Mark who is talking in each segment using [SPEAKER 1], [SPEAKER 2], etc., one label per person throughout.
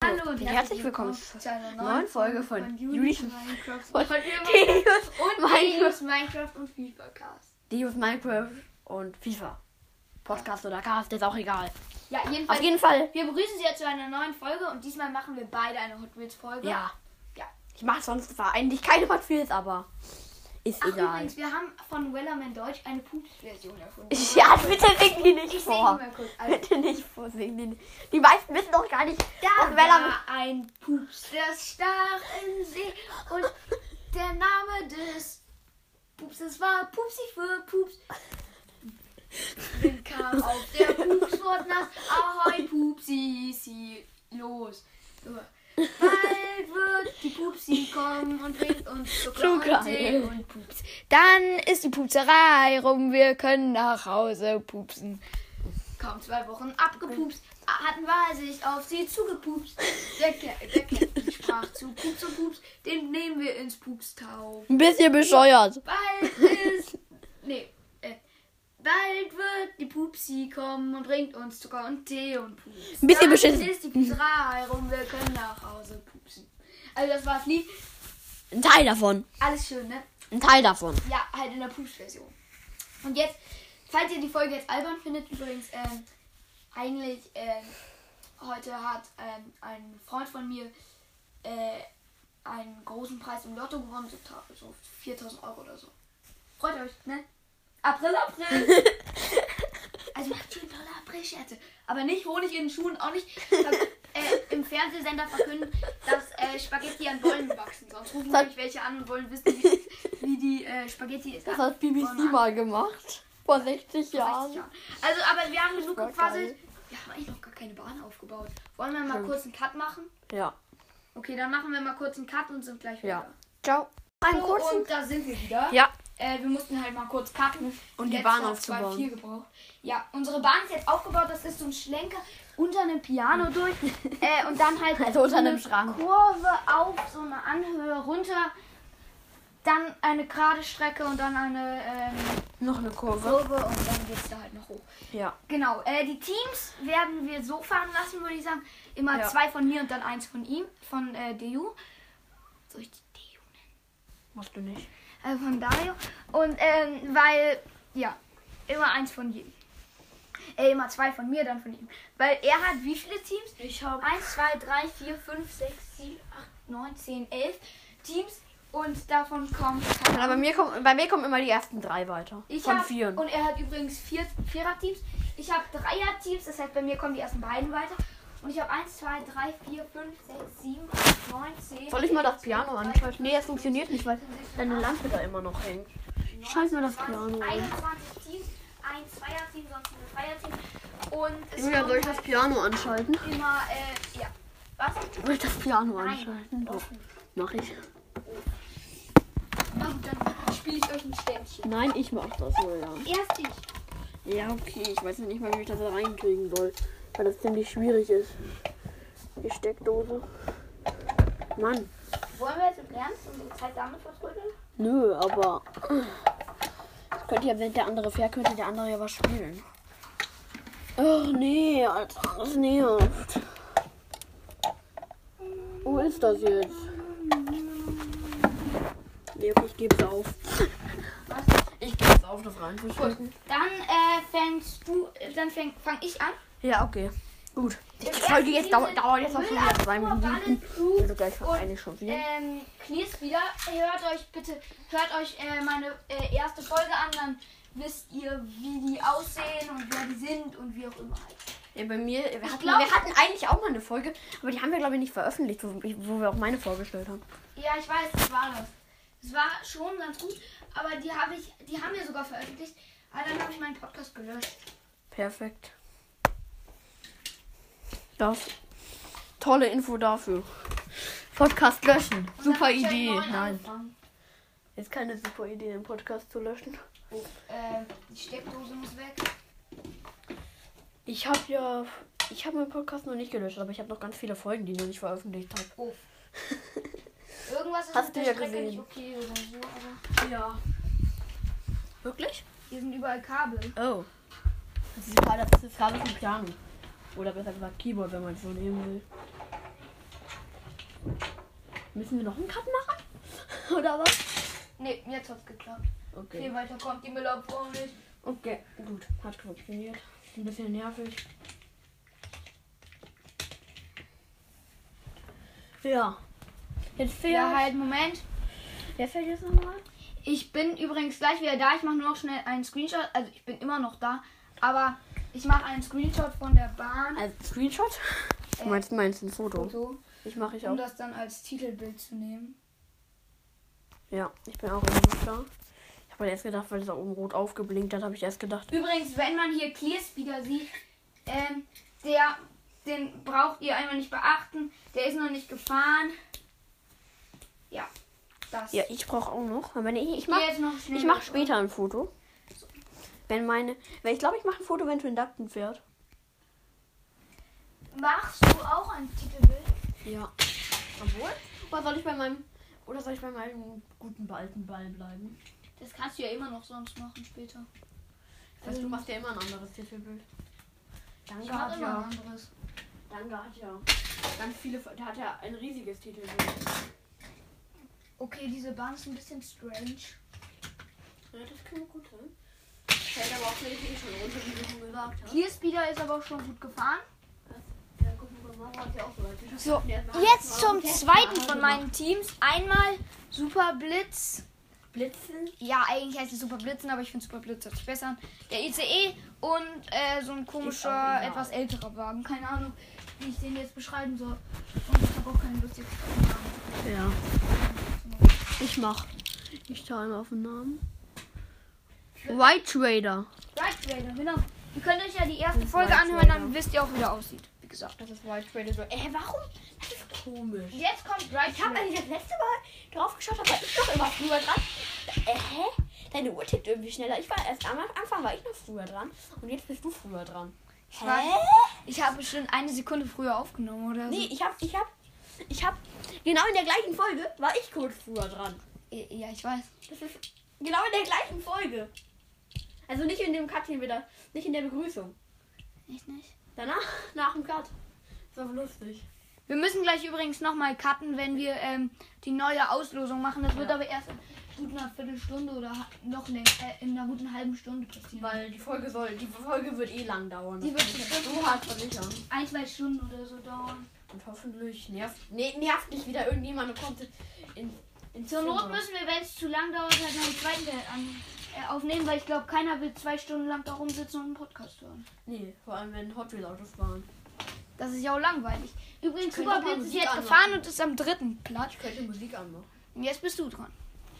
[SPEAKER 1] und
[SPEAKER 2] Herzlich willkommen
[SPEAKER 1] zu einer neuen,
[SPEAKER 2] neuen Folge von
[SPEAKER 1] Julis
[SPEAKER 2] Julis
[SPEAKER 1] Minecraft.
[SPEAKER 2] von
[SPEAKER 1] Und von Irma
[SPEAKER 2] Deus,
[SPEAKER 1] und
[SPEAKER 2] Minecraft.
[SPEAKER 1] Julis Minecraft und FIFA Cast.
[SPEAKER 2] Deus Minecraft und FIFA. Podcast oder Cast, ist auch egal.
[SPEAKER 1] Ja, jedenfalls.
[SPEAKER 2] Auf jeden Fall.
[SPEAKER 1] wir begrüßen Sie jetzt zu einer neuen Folge und diesmal machen wir beide eine Hot Wheels Folge.
[SPEAKER 2] Ja.
[SPEAKER 1] Ja.
[SPEAKER 2] Ich mache sonst zwar eigentlich keine Hot Wheels, aber ist
[SPEAKER 1] Ach,
[SPEAKER 2] egal.
[SPEAKER 1] übrigens, wir haben von Wellerman Deutsch eine Pups-Version erfunden.
[SPEAKER 2] Ja, bitte sing die nicht
[SPEAKER 1] Ich singe
[SPEAKER 2] vor.
[SPEAKER 1] mal kurz. Also,
[SPEAKER 2] Bitte nicht vor, sing die nicht. Die meisten wissen doch gar nicht,
[SPEAKER 1] da
[SPEAKER 2] was Wellerman...
[SPEAKER 1] war ein Pups, der stach im See und der Name des Pupses war Pupsi für Pups. Dann kam auf der Pups wurde nass, ahoi Pupsi, sie los. So. Bald wird die Pupsi kommen und bringt uns Zucker und
[SPEAKER 2] Zucker.
[SPEAKER 1] Tee und Pups.
[SPEAKER 3] Dann ist die Pupserei rum, wir können nach Hause pupsen.
[SPEAKER 1] Kaum zwei Wochen abgepupst, hatten wir sich auf sie zugepupst. Der, Kä- der Captain sprach zu Pups und Pups, den nehmen wir ins Pupstau.
[SPEAKER 2] Ein bisschen bescheuert.
[SPEAKER 1] Bald ist... Nee, äh, bald wird die Pupsi kommen und bringt uns Zucker und Tee und Pups.
[SPEAKER 2] Ein bisschen
[SPEAKER 1] Dann
[SPEAKER 2] beschissen.
[SPEAKER 1] ist die Pupserei rum, wir können nach Hause pupsen. Also das war das Lied.
[SPEAKER 2] Ein Teil davon.
[SPEAKER 1] Alles schön, ne?
[SPEAKER 2] Ein Teil davon.
[SPEAKER 1] Ja, halt in der Push-Version. Und jetzt, falls ihr die Folge jetzt albern findet, übrigens, ähm, eigentlich, ähm, heute hat ähm, ein Freund von mir äh, einen großen Preis im Lotto gewonnen, so, ta- so 4000 Euro oder so. Freut euch, ne? April, April! also macht schön tolle April-Scherze. Aber nicht Honig in den Schuhen, auch nicht äh, im Fernsehsender verkünden, dass äh, Spaghetti an Bäumen wachsen. Sonst rufen
[SPEAKER 2] Sag-
[SPEAKER 1] euch welche an und wollen wissen, wie, wie die äh, Spaghetti ist.
[SPEAKER 2] Das hat BBC
[SPEAKER 1] Bäume
[SPEAKER 2] mal gemacht. Vor 60
[SPEAKER 1] an-
[SPEAKER 2] Jahren.
[SPEAKER 1] Also, aber wir haben genug
[SPEAKER 2] war
[SPEAKER 1] gequasselt.
[SPEAKER 2] geil.
[SPEAKER 1] Wir haben eigentlich noch gar keine Bahn aufgebaut. Wollen wir mal kurz einen Cut machen?
[SPEAKER 2] Ja.
[SPEAKER 1] Okay, dann machen wir mal kurz einen Cut und sind gleich wieder.
[SPEAKER 2] Ja. Ciao. Einen
[SPEAKER 1] So,
[SPEAKER 2] kurzen...
[SPEAKER 1] und da sind wir wieder.
[SPEAKER 2] Ja.
[SPEAKER 1] Äh, wir mussten halt mal kurz cutten.
[SPEAKER 2] Und die
[SPEAKER 1] Jetzt
[SPEAKER 2] Bahn
[SPEAKER 1] hat's
[SPEAKER 2] aufzubauen.
[SPEAKER 1] Zwei, vier gebraucht. Ja, unsere Bahn ist jetzt aufgebaut. Das ist so ein Schlenker unter einem Piano durch. äh, und dann halt
[SPEAKER 2] Also unter
[SPEAKER 1] so
[SPEAKER 2] einem Schrank.
[SPEAKER 1] Kurve auf, so eine Anhöhe runter. Dann eine gerade Strecke und dann eine ähm,
[SPEAKER 2] Noch eine Kurve.
[SPEAKER 1] Kurve und dann geht's da halt noch hoch.
[SPEAKER 2] Ja.
[SPEAKER 1] Genau, äh, die Teams werden wir so fahren lassen, würde ich sagen. Immer
[SPEAKER 2] Ja.
[SPEAKER 1] zwei von mir und dann eins von ihm, von äh, DU. Soll ich die DU
[SPEAKER 2] Musst du nicht.
[SPEAKER 1] äh, von Dario. Und ähm, weil, ja, immer eins von jedem. Äh, immer zwei von mir, dann von ihm. Weil er hat wie viele Teams? Ich habe 1, 2, 3, 4, 5, 6, 7, 8, 9, 10, 11 Teams. Und davon kommt keine
[SPEAKER 2] Aber bei mir, kommen, bei mir kommen immer die ersten drei weiter.
[SPEAKER 1] ich
[SPEAKER 2] Von
[SPEAKER 1] hab-
[SPEAKER 2] vieren.
[SPEAKER 1] Und er hat übrigens vier Vierer-Teams. Ich habe Dreier-Teams, das heißt, bei mir kommen die ersten beiden weiter. Und ich habe 1, 2, 3, 4, 5, 6, 7, 8, 9, 10.
[SPEAKER 2] Soll ich mal das Piano anschalten? Nee, es funktioniert nicht, weil deine Lampe da immer noch hängt. Schalt mal das Piano an.
[SPEAKER 1] 21 Teams, ein Zweier-Team, sonst ein Dreier-Team. Und es
[SPEAKER 2] Julia, soll ich das Piano anschalten?
[SPEAKER 1] kommt immer, äh, ja. Was?
[SPEAKER 2] Soll ich das Piano
[SPEAKER 1] Nein.
[SPEAKER 2] anschalten? Doch, mach ich.
[SPEAKER 1] Na gut, dann spiele ich euch ein Ständchen.
[SPEAKER 2] Nein, ich mach das, Julia.
[SPEAKER 1] Erst ich.
[SPEAKER 2] Ja, okay, ich weiß noch nicht mal, wie ich das da reinkriegen soll. Weil das ziemlich schwierig ist. Die Steckdose. Mann,
[SPEAKER 1] Wollen wir jetzt im Ernst unsere Zeit damit vertrödeln?
[SPEAKER 2] nö, aber. Das könnte ja, wenn der andere fährt, könnte der andere ja was spielen. Ach nee, Alter, das nervt. Wo ist das jetzt? Nee, okay, ich geb's auf.
[SPEAKER 1] Was?
[SPEAKER 2] Ich geb's auf, das reinzuschalten.
[SPEAKER 1] Dann, äh, fängst du, dann fäng, fang ich an.
[SPEAKER 2] Ja, okay. Gut. Die
[SPEAKER 1] Im
[SPEAKER 2] Folge
[SPEAKER 1] ersten
[SPEAKER 2] jetzt dauert,
[SPEAKER 1] Team
[SPEAKER 2] dauert jetzt noch schon wieder
[SPEAKER 1] Müller,
[SPEAKER 2] zwei
[SPEAKER 1] Tor,
[SPEAKER 2] Minuten.
[SPEAKER 1] Ballen, Krug
[SPEAKER 2] Also gleich
[SPEAKER 1] und,
[SPEAKER 2] wahrscheinlich schon wieder.
[SPEAKER 1] Ähm, Knies wieder. Hört euch bitte, hört euch äh, meine äh, erste Folge an, dann wisst ihr, wie die aussehen und wer die sind und wie auch immer. halt.
[SPEAKER 2] Ja, bei mir, wir hatten,
[SPEAKER 1] glaub-
[SPEAKER 2] wir hatten eigentlich auch mal eine Folge, aber die haben wir, glaube ich, nicht veröffentlicht, wo, wo wir auch meine vorgestellt haben.
[SPEAKER 1] Ja, ich weiß, das war das. Das war schon ganz gut, aber die habe ich, die haben wir sogar veröffentlicht. Aber dann habe ich meinen Podcast gelöscht.
[SPEAKER 2] Perfekt. Das. Tolle Info dafür. Podcast löschen.
[SPEAKER 1] Und dann
[SPEAKER 2] Super
[SPEAKER 1] hab ich halt
[SPEAKER 2] Idee.
[SPEAKER 1] neu
[SPEAKER 2] Nein.
[SPEAKER 1] angefangen.
[SPEAKER 2] Ist keine super Idee, den Podcast zu löschen.
[SPEAKER 1] Oh, ähm, die Steckdose muss weg.
[SPEAKER 2] Ich habe ja. Ich habe meinen Podcast noch nicht gelöscht, aber ich habe noch ganz viele Folgen, die ich noch nicht veröffentlicht habe.
[SPEAKER 1] Oh. Irgendwas ist
[SPEAKER 2] Hast
[SPEAKER 1] mit
[SPEAKER 2] du
[SPEAKER 1] der
[SPEAKER 2] ja
[SPEAKER 1] Strecke
[SPEAKER 2] gesehen.
[SPEAKER 1] nicht okay oder so, aber
[SPEAKER 2] Ja. Wirklich?
[SPEAKER 1] hier sind überall Kabel.
[SPEAKER 2] Oh. Das ist gerade das ist gerade ein Piano. Oder besser gesagt Keyboard, wenn man es so nehmen will. Müssen wir noch einen Cut machen? Oder was?
[SPEAKER 1] Ne, jetzt hat's geklappt.
[SPEAKER 2] Okay.
[SPEAKER 1] Viel weiter kommt die Müllabfuhr nicht.
[SPEAKER 2] Okay, gut. Hat funktioniert. Ein bisschen nervig. Ja. Jetzt fehlt.
[SPEAKER 1] Ja, halt, Moment.
[SPEAKER 2] Wer fällt jetzt nochmal?
[SPEAKER 1] Ich bin übrigens gleich wieder da. Ich mache nur noch schnell einen Screenshot. Also ich bin immer noch da, aber ich mache einen Screenshot von der Bahn.
[SPEAKER 2] Also Screenshot?
[SPEAKER 1] Äh,
[SPEAKER 2] Du meinst, du meinst ein Foto?
[SPEAKER 1] so,
[SPEAKER 2] Ich mache ich
[SPEAKER 1] um
[SPEAKER 2] auch.
[SPEAKER 1] das dann als Titelbild zu nehmen.
[SPEAKER 2] Ja, ich bin auch immer noch da. Ich habe halt erst gedacht, weil es da oben rot aufgeblinkt hat, habe ich erst gedacht.
[SPEAKER 1] Übrigens, wenn man hier Clearspeeder sieht, ähm, der, den braucht ihr einmal nicht beachten. Der ist noch nicht gefahren. Ja, das.
[SPEAKER 2] Ja, ich brauche auch noch. Aber nee, ich
[SPEAKER 1] Geh
[SPEAKER 2] mache
[SPEAKER 1] jetzt noch schnell
[SPEAKER 2] ich mach
[SPEAKER 1] weg,
[SPEAKER 2] später ein Foto. Wenn meine. Weil ich glaube, ich mache ein Foto, wenn Twin Duckton fährt.
[SPEAKER 1] oder? Machst du auch ein Titelbild?
[SPEAKER 2] Ja. Obwohl? Oder soll ich bei meinem. Oder soll ich bei meinem guten alten Ball bleiben?
[SPEAKER 1] Das kannst du ja immer noch sonst machen später.
[SPEAKER 2] Also, du machst ja immer ein anderes Titelbild.
[SPEAKER 1] Ich
[SPEAKER 2] Danke
[SPEAKER 1] mach
[SPEAKER 2] hat
[SPEAKER 1] immer
[SPEAKER 2] ja.
[SPEAKER 1] ein anderes.
[SPEAKER 2] Danke hat ja. Ganz viele. Der hat ja ein riesiges Titelbild.
[SPEAKER 1] Okay, diese Bahn ist ein bisschen strange.
[SPEAKER 2] Ja, das kann gut sein. Fällt aber auch nicht eh schon runter, wie du schon gesagt hast.
[SPEAKER 1] Clearspeeder ist aber auch schon gut gefahren.
[SPEAKER 2] Ja, guck mal, Mama hat ja auch so weit.
[SPEAKER 4] So,
[SPEAKER 2] erstmal-
[SPEAKER 4] jetzt zum zweiten von
[SPEAKER 2] genau.
[SPEAKER 4] meinen Teams. Einmal Super Blitz.
[SPEAKER 2] Blitzen.
[SPEAKER 4] Ja, eigentlich heißt es Super Blitzen, aber ich finde Super Blitz hört sich besser an. Der ICE und äh, so ein
[SPEAKER 2] auch
[SPEAKER 4] komischer,
[SPEAKER 2] egal.
[SPEAKER 4] etwas älterer Wagen.
[SPEAKER 1] Keine Ahnung, wie ich den jetzt beschreiben soll. Und ich habe auch keine Lust jetzt auf den Namen.
[SPEAKER 2] Ja. Ich mach. Ich schaue mal auf den Namen. White Raider.
[SPEAKER 1] Right Raider, genau. Ihr könnt euch ja die erste
[SPEAKER 2] Das ist
[SPEAKER 1] Folge
[SPEAKER 2] Right
[SPEAKER 1] anhören, dann
[SPEAKER 2] Raider.
[SPEAKER 1] wisst ihr auch, wie der aussieht. Wie gesagt.
[SPEAKER 2] Das ist White Raider. So, äh, warum? Das ist komisch.
[SPEAKER 1] Jetzt kommt Right
[SPEAKER 2] Ich habe
[SPEAKER 1] Raider.
[SPEAKER 2] eigentlich das letzte Mal drauf geschaut, da war ich doch immer früher dran. Äh, hä? Deine Uhr tickt irgendwie schneller. Ich war erst am Anfang war ich noch früher dran und jetzt bist du früher dran. Hä?
[SPEAKER 4] Ich habe bestimmt eine Sekunde früher aufgenommen, oder?
[SPEAKER 2] Nee, ich hab, ich hab, ich hab, genau in der gleichen Folge war ich kurz früher dran.
[SPEAKER 4] so? Ja, ich weiß.
[SPEAKER 2] Das ist genau in der gleichen Folge. Also nicht in dem Cut, den wir da, nicht in der Begrüßung.
[SPEAKER 4] Echt nicht?
[SPEAKER 2] Danach, nach dem Cut. Das war lustig.
[SPEAKER 4] Wir müssen gleich übrigens nochmal cutten, wenn wir ähm, die neue Auslosung machen. Das wird
[SPEAKER 2] Ja.
[SPEAKER 4] aber erst in gut einer Viertelstunde oder ha- noch länger, äh, in einer guten halben Stunde passieren.
[SPEAKER 2] Weil die Folge soll, die Folge wird eh lang dauern.
[SPEAKER 4] Die wird bestimmt
[SPEAKER 2] so hart versichern.
[SPEAKER 4] ein, zwei Stunden oder so dauern.
[SPEAKER 2] Und hoffentlich nervt, nee, nervt nicht wieder irgendjemand und kommt in, in
[SPEAKER 1] Zur Not
[SPEAKER 2] Zimmer.
[SPEAKER 1] müssen wir, wenn es zu lang dauert, halt noch einen zweiten Teil an, äh, aufnehmen, weil ich glaube, keiner will zwei Stunden lang da rumsitzen und einen Podcast hören.
[SPEAKER 2] Nee, vor allem wenn Hot Wheel Autos fahren.
[SPEAKER 4] Das ist ja auch langweilig. Übrigens,
[SPEAKER 2] Könnt ihr mal
[SPEAKER 4] Superblitz ist
[SPEAKER 2] Musik
[SPEAKER 4] jetzt
[SPEAKER 2] anmachen?
[SPEAKER 4] gefahren und ist am dritten Platz.
[SPEAKER 2] Ich könnte Musik anmachen.
[SPEAKER 4] Und jetzt bist du dran.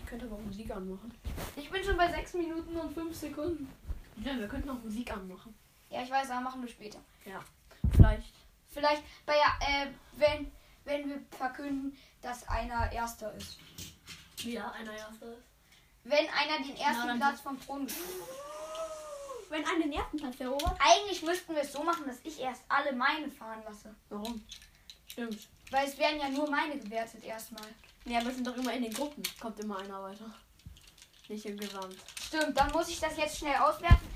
[SPEAKER 2] Ich könnte aber auch Musik anmachen.
[SPEAKER 1] Ich bin schon bei 6 Minuten und 5 Sekunden.
[SPEAKER 2] Ja, wir könnten auch Musik anmachen.
[SPEAKER 1] Ja, ich weiß, aber machen wir später.
[SPEAKER 2] Ja. Vielleicht.
[SPEAKER 1] Vielleicht bei äh, wenn wenn wir verkünden, dass einer Erster ist.
[SPEAKER 2] Ja, einer erster ist.
[SPEAKER 1] Wenn einer den ersten
[SPEAKER 2] dann-
[SPEAKER 1] Platz vom Thron gespielt
[SPEAKER 2] Wenn eine Nervenplatz erobert.
[SPEAKER 1] Eigentlich müssten wir es so machen, dass ich erst alle meine fahren lasse.
[SPEAKER 2] Warum? Stimmt.
[SPEAKER 1] Weil es werden ja nur meine gewertet erstmal.
[SPEAKER 2] Ja, wir sind doch immer in den Gruppen. Kommt immer einer weiter. Nicht im Gesamt.
[SPEAKER 1] Stimmt, dann muss ich das jetzt schnell auswerten.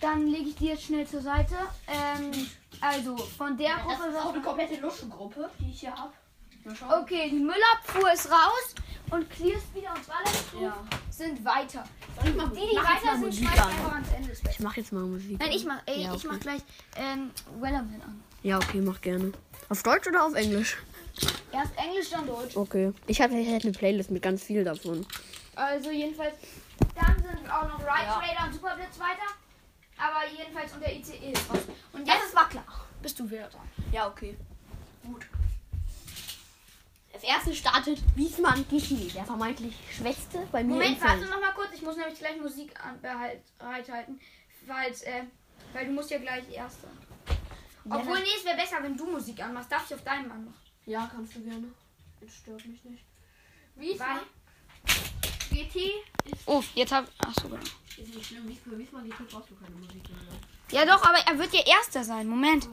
[SPEAKER 1] Dann lege ich die jetzt schnell zur Seite. Ähm, also von der Gruppe. war-
[SPEAKER 2] komplette Luschengruppe, die ich hier habe. Mal schauen.
[SPEAKER 1] Okay, die Müllabfuhr ist raus und Clears wieder und Ballerproof
[SPEAKER 2] Ja.
[SPEAKER 1] sind weiter.
[SPEAKER 2] Soll ich mal
[SPEAKER 1] Die, die
[SPEAKER 2] mach jetzt
[SPEAKER 1] weiter
[SPEAKER 2] mal
[SPEAKER 1] sind,
[SPEAKER 2] Musik
[SPEAKER 1] schmeißen
[SPEAKER 2] an.
[SPEAKER 1] einfach ans Ende. des Bettes.
[SPEAKER 2] Ich mach jetzt mal Musik.
[SPEAKER 4] Nein, ich mach, ey,
[SPEAKER 2] Ja,
[SPEAKER 4] ich mach
[SPEAKER 2] okay.
[SPEAKER 4] gleich ähm, Wellerman an.
[SPEAKER 2] Ja, okay, mach gerne. Auf Deutsch oder auf Englisch?
[SPEAKER 1] Erst Englisch, dann Deutsch.
[SPEAKER 2] Okay. Ich hatte halt eine Playlist mit ganz viel davon.
[SPEAKER 1] Also jedenfalls, dann sind auch noch Ride
[SPEAKER 2] Ja.
[SPEAKER 1] Raider und Superblitz weiter. Aber jedenfalls unter ICE E ist raus. Und
[SPEAKER 2] Ja,
[SPEAKER 1] jetzt
[SPEAKER 2] das war klar.
[SPEAKER 4] Bist du wieder dran.
[SPEAKER 2] Ja, okay. Gut. Das erste startet Wiesmann Gichili, der vermeintlich schwächste bei mir.
[SPEAKER 1] Moment,
[SPEAKER 2] im
[SPEAKER 1] warte
[SPEAKER 2] Feld.
[SPEAKER 1] noch mal kurz. Ich muss nämlich gleich Musik an- behalt- bereithalten. Falls, äh, weil du musst ja gleich Erster. Obwohl, nee, es wäre besser, wenn du Musik anmachst. Darf ich auf deinem anmachen?
[SPEAKER 2] Ja, kannst du gerne. Das stört mich nicht.
[SPEAKER 1] Weil GT
[SPEAKER 4] Oh, jetzt hab. Ach so, genau.
[SPEAKER 2] Ist nicht schlimm. Wiesmann, Wiesmann Gichili brauchst du keine Musik mehr. ne?
[SPEAKER 4] Ja, doch, aber er wird ja Erster sein. Moment.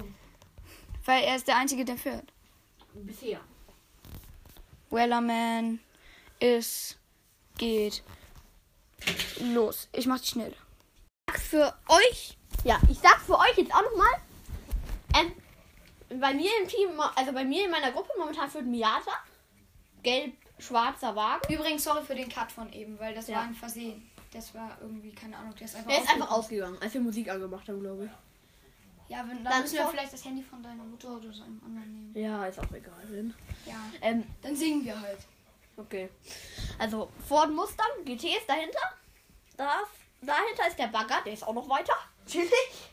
[SPEAKER 4] Weil er ist der Einzige, der führt.
[SPEAKER 2] Bisher.
[SPEAKER 4] Wellerman, es geht los. Ich mach die schnell.
[SPEAKER 2] Für euch. Ja, ich sag für euch jetzt auch nochmal. Ähm, bei mir im Team, mo- also bei mir in meiner Gruppe momentan führt Miata. gelb-schwarzer Wagen.
[SPEAKER 1] Übrigens, sorry für den Cut von eben, weil das
[SPEAKER 2] Ja.
[SPEAKER 1] war ein Versehen. Das war irgendwie, keine Ahnung, der ist einfach.
[SPEAKER 2] Der ist
[SPEAKER 1] ausge-
[SPEAKER 2] einfach ausgegangen, als wir Musik angemacht haben, glaube ich.
[SPEAKER 1] ja, wenn, dann,
[SPEAKER 2] Dann
[SPEAKER 1] müssen wir
[SPEAKER 2] vor-
[SPEAKER 1] vielleicht das Handy von deiner Mutter oder so einem anderen nehmen.
[SPEAKER 2] Ja, ist auch egal. Wenn.
[SPEAKER 1] Ja.
[SPEAKER 2] Ähm,
[SPEAKER 1] Dann singen wir halt.
[SPEAKER 2] Okay. Also Ford Mustang, GT ist dahinter. Da, dahinter ist der Bagger, der ist auch noch weiter. Natürlich.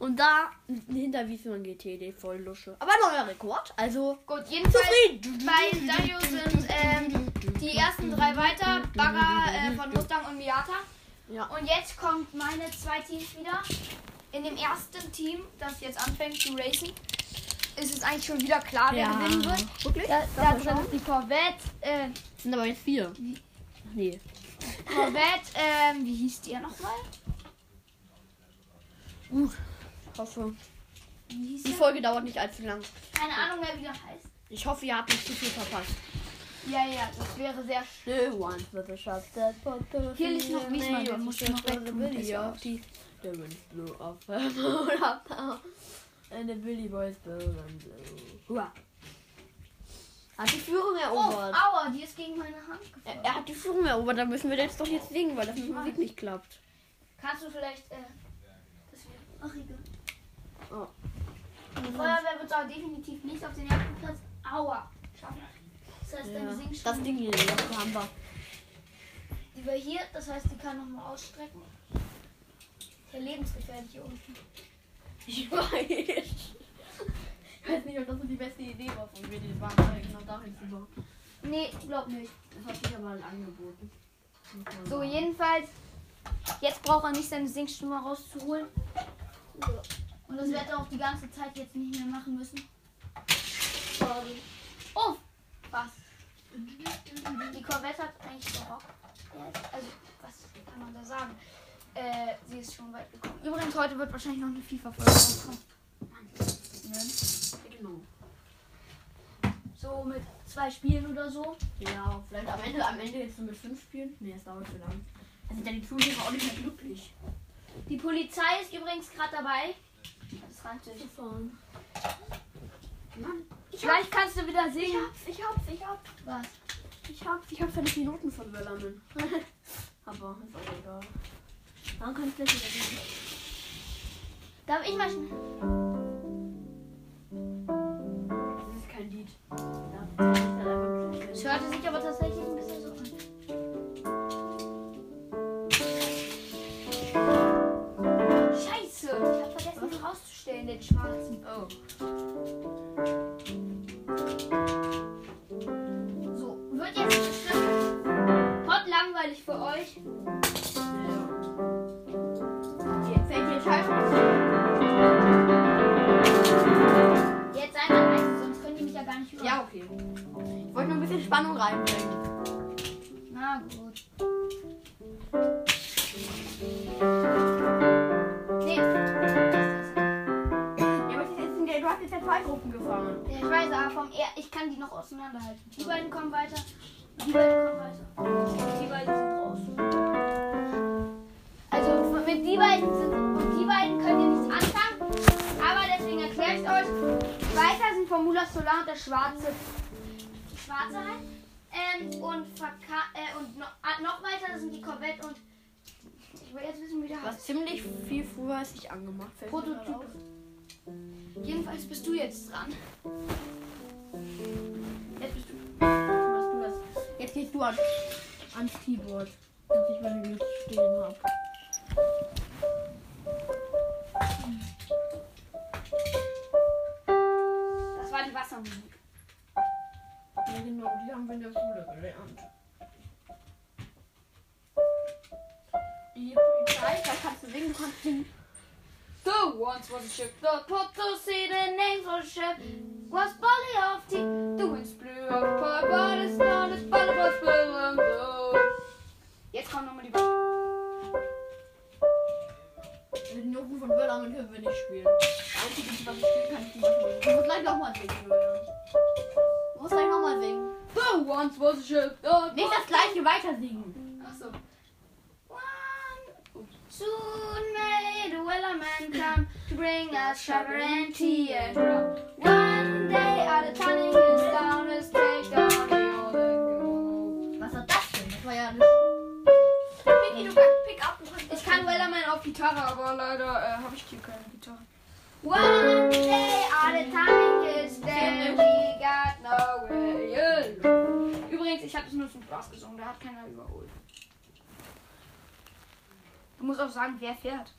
[SPEAKER 2] Und da hinter wie man GT, der ist voll Lusche. Aber neuer Rekord, also
[SPEAKER 1] Gut, jedenfalls bei Dario sind ähm, die ersten drei weiter. Bagger äh, von Mustang und Miata.
[SPEAKER 2] Ja.
[SPEAKER 1] Und jetzt kommt meine zwei Teams wieder. In dem ersten Team, das jetzt anfängt zu racen, ist es eigentlich schon wieder klar, wer
[SPEAKER 2] Ja. Äh,
[SPEAKER 1] gewinnen wird.
[SPEAKER 2] Wirklich?
[SPEAKER 1] Da, da
[SPEAKER 2] Darf man
[SPEAKER 1] drin
[SPEAKER 2] schauen?
[SPEAKER 1] ist die Corvette. Äh,
[SPEAKER 2] genau. sind aber jetzt vier. Nee.
[SPEAKER 1] Corvette, ähm, wie hieß die ja nochmal?
[SPEAKER 2] Ich hoffe.
[SPEAKER 1] Wie hieß
[SPEAKER 2] Die
[SPEAKER 1] die?
[SPEAKER 2] Folge dauert nicht allzu lang.
[SPEAKER 1] Keine Ahnung mehr, wie der heißt.
[SPEAKER 2] Ich hoffe, ihr habt nicht zu viel verpasst.
[SPEAKER 1] Ja, ja, das wäre sehr schön.
[SPEAKER 2] No one with a shot that put the
[SPEAKER 1] Hier liegt noch Wiesmann, den
[SPEAKER 2] nail
[SPEAKER 1] musst du
[SPEAKER 2] of
[SPEAKER 1] noch
[SPEAKER 2] the
[SPEAKER 1] wegtun,
[SPEAKER 2] Billy
[SPEAKER 1] ist ja
[SPEAKER 2] of the- The wind blew up her moon up now, and the Billy Boys blew and blew. Hua. Hat die Führung
[SPEAKER 1] Oh,
[SPEAKER 2] erobert.
[SPEAKER 1] aua, die ist gegen meine Hand gefallen.
[SPEAKER 2] er, er hat die Führung erobert, dann müssen wir jetzt doch jetzt singen, weil das mit Musik nicht klappt.
[SPEAKER 1] Kannst du vielleicht, äh, das wäre, ach egal.
[SPEAKER 2] Oh.
[SPEAKER 1] Die Feuerwehr wird auch definitiv nicht auf den ersten Platz, aua, schaffen. Das heißt, dann singst
[SPEAKER 2] Das
[SPEAKER 1] du
[SPEAKER 2] Ding hier, das haben wir.
[SPEAKER 1] über hier, das heißt, die kann nochmal ausstrecken. Der lebensgefährlich hier unten.
[SPEAKER 2] Ich weiß. Ich weiß nicht, ob das so die beste Idee war von mir, die Bahn genau dahin zu bauen.
[SPEAKER 1] Nee, glaub nicht.
[SPEAKER 2] Das hat sich aber halt angeboten.
[SPEAKER 1] So, jedenfalls, jetzt braucht er nicht seine Singstimme rauszuholen. Und das wird er auch die ganze Zeit jetzt nicht mehr machen müssen. Sorry. Oh, was? Die Corvette hat eigentlich gerockt. Also, was kann man da sagen? Äh, sie ist schon weit gekommen. Übrigens, heute wird wahrscheinlich noch eine FIFA-Folge rauskommen. Ne?
[SPEAKER 2] Genau.
[SPEAKER 1] So mit zwei Spielen oder so.
[SPEAKER 2] Ja, vielleicht am Ende, am Ende jetzt nur mit fünf Spielen. Nee, das dauert zu lang. Also, Dann sind ja die Zuschauer auch nicht mehr glücklich.
[SPEAKER 1] Die Polizei ist übrigens gerade dabei. Das ranzig.
[SPEAKER 2] Fahren. Mann,
[SPEAKER 1] Vielleicht kannst du wieder singen.
[SPEAKER 2] ich hab's, ich hab's,
[SPEAKER 1] Was?
[SPEAKER 2] ich hab's, ich hab's ja nicht die Noten von Verlangen. Aber ist auch egal. Dann kann ich gleich wieder singen.
[SPEAKER 1] Darf ich mal schnell.
[SPEAKER 2] Das ist kein Lied. Ja, das ist halt einfach
[SPEAKER 1] Es
[SPEAKER 2] gleich.
[SPEAKER 1] hörte sich aber tatsächlich ein bisschen so an. Scheiße, ich habe vergessen, ihn rauszustellen, den schwarzen.
[SPEAKER 2] Oh.
[SPEAKER 1] So, wird jetzt nicht schlimm. Hot langweilig für euch.
[SPEAKER 2] Ja. Hier, Fällt dir Scheiße?
[SPEAKER 1] Jetzt einfach weg, sonst können die mich ja gar nicht hören.
[SPEAKER 2] Ja, okay. Ich wollte nur ein bisschen Spannung reinbringen.
[SPEAKER 1] Na gut. Nee. Ja,
[SPEAKER 2] Ja, aber die sitzen ja- du hast jetzt ja zwei Gruppen gefahren.
[SPEAKER 1] Ich weiß, aber vom er ich kann die noch auseinanderhalten. Die beiden kommen weiter. Die beiden kommen weiter.
[SPEAKER 2] Die beiden sind raus.
[SPEAKER 1] Also mit die beiden sind und die beiden könnt ihr nichts anfangen. Aber deswegen erkläre ich euch. Weiter sind Formula Solar und der schwarze. Die schwarze halt. Ähm, und verka äh, und no ah, noch weiter sind die Corvette und ich will jetzt wissen, wie der heißt.
[SPEAKER 2] Was ziemlich viel früher als ich angemacht. Fällt mir gerade
[SPEAKER 1] Prototyp.
[SPEAKER 2] auf.
[SPEAKER 1] Jedenfalls bist du jetzt dran.
[SPEAKER 2] Jetzt bist du. Machst du das. Jetzt gehst du an, ans Keyboard. Dass ich meine Lüte stehen habe.
[SPEAKER 1] Das war die Wassermusik.
[SPEAKER 2] Ja, genau, die haben wir in der Schule gelernt. Die Polizei, da kannst du singen, du kannst singen.
[SPEAKER 1] The once was a ship that put to sea, the name for the ship was Polly of Tea. The winds blew up, but but it's not as but it was blue and blue. Jetzt kommt nochmal die Wa-
[SPEAKER 2] Den Noten von Böllangen können wir nicht spielen. Das Einzige, was ich spielen kann, ist die Maschine. Du musst gleich nochmal singen, Julian. Du musst gleich nochmal singen.
[SPEAKER 1] The once was a ship that
[SPEAKER 2] Nicht das gleiche weiter singen.
[SPEAKER 1] Achso. One, soon may the willow man come to bring us sugar and tea and rum. One day at a tiny is down is taken. äh, ich spiele keine Gitarre. One day at a time is there, we got nowhere to go. Übrigens, ich habe es nur zum Spaß gesungen, da hat keiner überholt. Du musst auch sagen, wer fährt.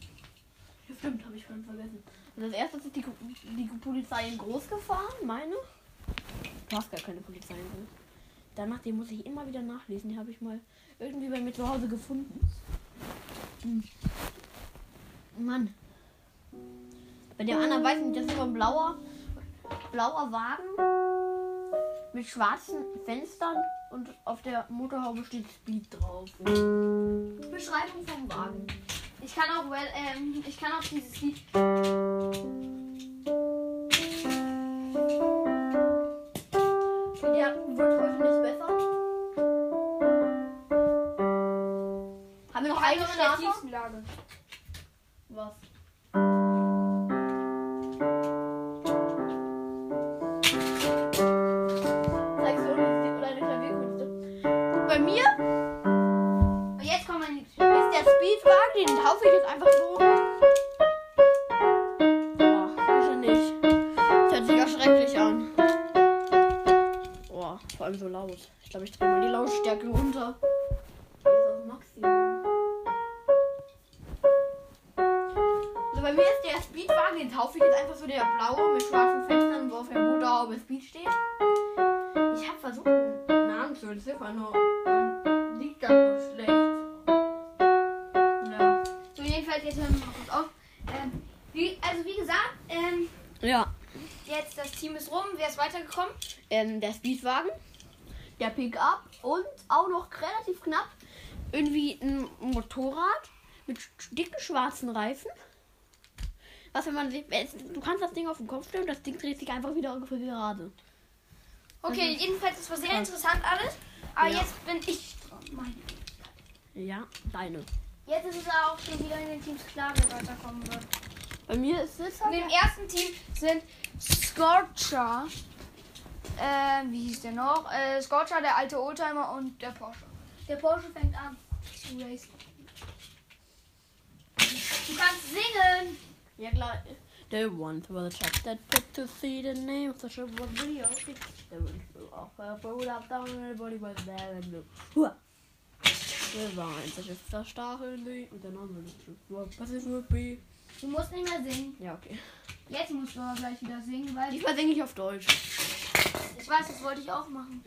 [SPEAKER 5] Ja, stimmt, habe ich vorhin vergessen. Also als erstes ist die, Ku- die Polizei in Groß gefahren, meine. Du hast gar keine Polizei in Groß. Danach, die muss ich immer wieder nachlesen. Die habe ich mal irgendwie bei mir zu Hause gefunden. Hm. Mann. Bei dem anderen weiß ich nicht, das ist so ein blauer, blauer Wagen mit schwarzen Fenstern und auf der Motorhaube steht Speed drauf. Beschreibung vom Wagen.
[SPEAKER 1] Ich kann auch, well, ähm, ich kann auch dieses Lied.
[SPEAKER 5] Ja, wird heute nicht besser. Haben wir noch eine
[SPEAKER 1] in der
[SPEAKER 5] Strafe?
[SPEAKER 1] tiefsten Lage.
[SPEAKER 5] Was? Zeigst du uns die- deine Klavierkünste? Bei mir
[SPEAKER 1] Und jetzt kommt mein Lied.
[SPEAKER 5] ist der Speedwagen, den taufe ich jetzt einfach so. Boah, bitte nicht. Das hört sich ja schrecklich an. Boah, vor allem so laut. Ich glaube, ich drehe mal die Lautstärke runter. Die ist auf Maximum. Also bei mir ist der Speedwagen, den taufe ich jetzt einfach so der blaue mit schwarzen Fenstern, wo auf der Motorhaube Speed steht. Ich habe versucht, einen Namen zu entziffern, nur mein liegt das so schlecht. Ja.
[SPEAKER 1] So, jedenfalls, jetzt hören wir mal kurz auf. Ähm, wie, also, wie gesagt, ähm,
[SPEAKER 5] Ja.
[SPEAKER 1] jetzt das Team ist rum. Wer ist weitergekommen?
[SPEAKER 5] ähm, der Speedwagen, der Pickup und auch noch relativ knapp irgendwie ein Motorrad mit sch- dicken schwarzen Reifen. Was wenn man sich, es- du kannst das Ding auf den Kopf stellen und das Ding dreht sich einfach wieder ungefähr gerade.
[SPEAKER 1] Okay, jedenfalls, das war sehr interessant alles. Aber jetzt bin ich dran. Meine.
[SPEAKER 5] Ja, deine.
[SPEAKER 1] Jetzt ist es auch schon wieder in den Teams klar, wer weiterkommen wird.
[SPEAKER 5] Bei mir ist es halt
[SPEAKER 1] Und im ersten Team sind Scorcher. Äh, wie hieß der noch? Äh, Scorcher, der alte Oldtimer und der Porsche. Der Porsche fängt an zu racen. Du kannst singen.
[SPEAKER 5] ja klar. They once was a chap that put to see the name of the ship was really okay. They went through off her food up down and everybody was there and looked. Hua! There was once a ship that started the und der Name des Schiffs was Passive would be.
[SPEAKER 1] Du musst nicht mehr singen.
[SPEAKER 5] Ja, okay.
[SPEAKER 1] Jetzt musst du aber gleich wieder singen, weil ich,
[SPEAKER 5] Diesmal denke ich auf Deutsch.
[SPEAKER 1] ich weiß, das wollte ich auch machen.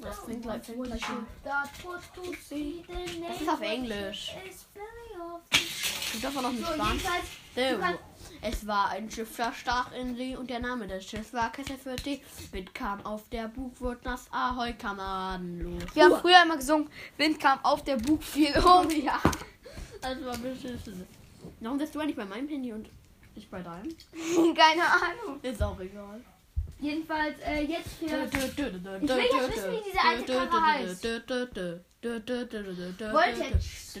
[SPEAKER 5] Das klingt gleich klingt gleich schön.
[SPEAKER 1] Das
[SPEAKER 5] Das ist auf Englisch. Ich darf auch noch nicht
[SPEAKER 1] So,
[SPEAKER 5] Spanisch.
[SPEAKER 1] jedenfalls,
[SPEAKER 5] There
[SPEAKER 1] du kannst-
[SPEAKER 5] wa- Es war ein Schiff, das stach in See und der Name des Schiffs war Kessel für D. Wind kam auf der Bugwurt nass, Ahoi, Kameraden, los.
[SPEAKER 1] wir haben früher immer gesungen, Wind kam auf der Bug fiel um. Ja.
[SPEAKER 5] Also war beschissen. Warum bist du eigentlich bei meinem Handy und ich bei deinem?
[SPEAKER 1] Keine Ahnung.
[SPEAKER 5] Ist auch egal.
[SPEAKER 1] Jedenfalls, äh, jetzt
[SPEAKER 5] Ich
[SPEAKER 1] fährt
[SPEAKER 5] will
[SPEAKER 1] will jetzt wissen, wie diese alte Karre heißt.
[SPEAKER 5] heißt.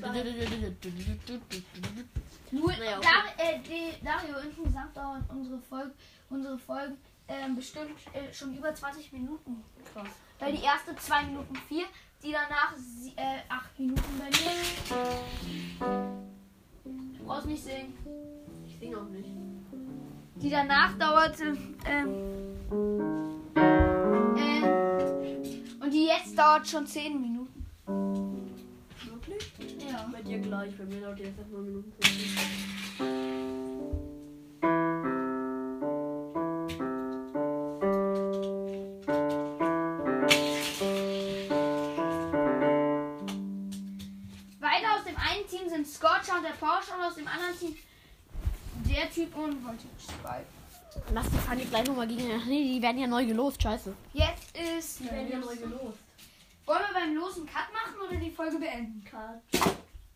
[SPEAKER 1] Nur
[SPEAKER 5] Naja,
[SPEAKER 1] Dar äh, die- Dario, insgesamt dauern unsere Folgen unsere Folgen ähm, bestimmt äh, schon über 20 Minuten.
[SPEAKER 5] Krass.
[SPEAKER 1] Weil die erste 2 Minuten 4, die danach 8 äh, acht Minuten bei mir. Du brauchst nicht singen.
[SPEAKER 5] Ich singe auch nicht.
[SPEAKER 1] Die danach dauerte. Ähm, ähm, und die jetzt dauert schon 10 Minuten.
[SPEAKER 5] Wirklich?
[SPEAKER 1] Ja.
[SPEAKER 5] Bei dir gleich, bei mir dauert die jetzt erstmal Minuten. 50.
[SPEAKER 1] Weiter aus dem einen Team sind Scorcher und der Porsche und aus dem anderen Team der Typ und Voltage Spike.
[SPEAKER 5] Lass die Fanny gleich nochmal gegen. Nee, die werden ja neu gelost, scheiße.
[SPEAKER 1] Jetzt ist.
[SPEAKER 5] gelost.
[SPEAKER 1] Wollen wir beim Losen Cut machen oder die Folge beenden? Cut.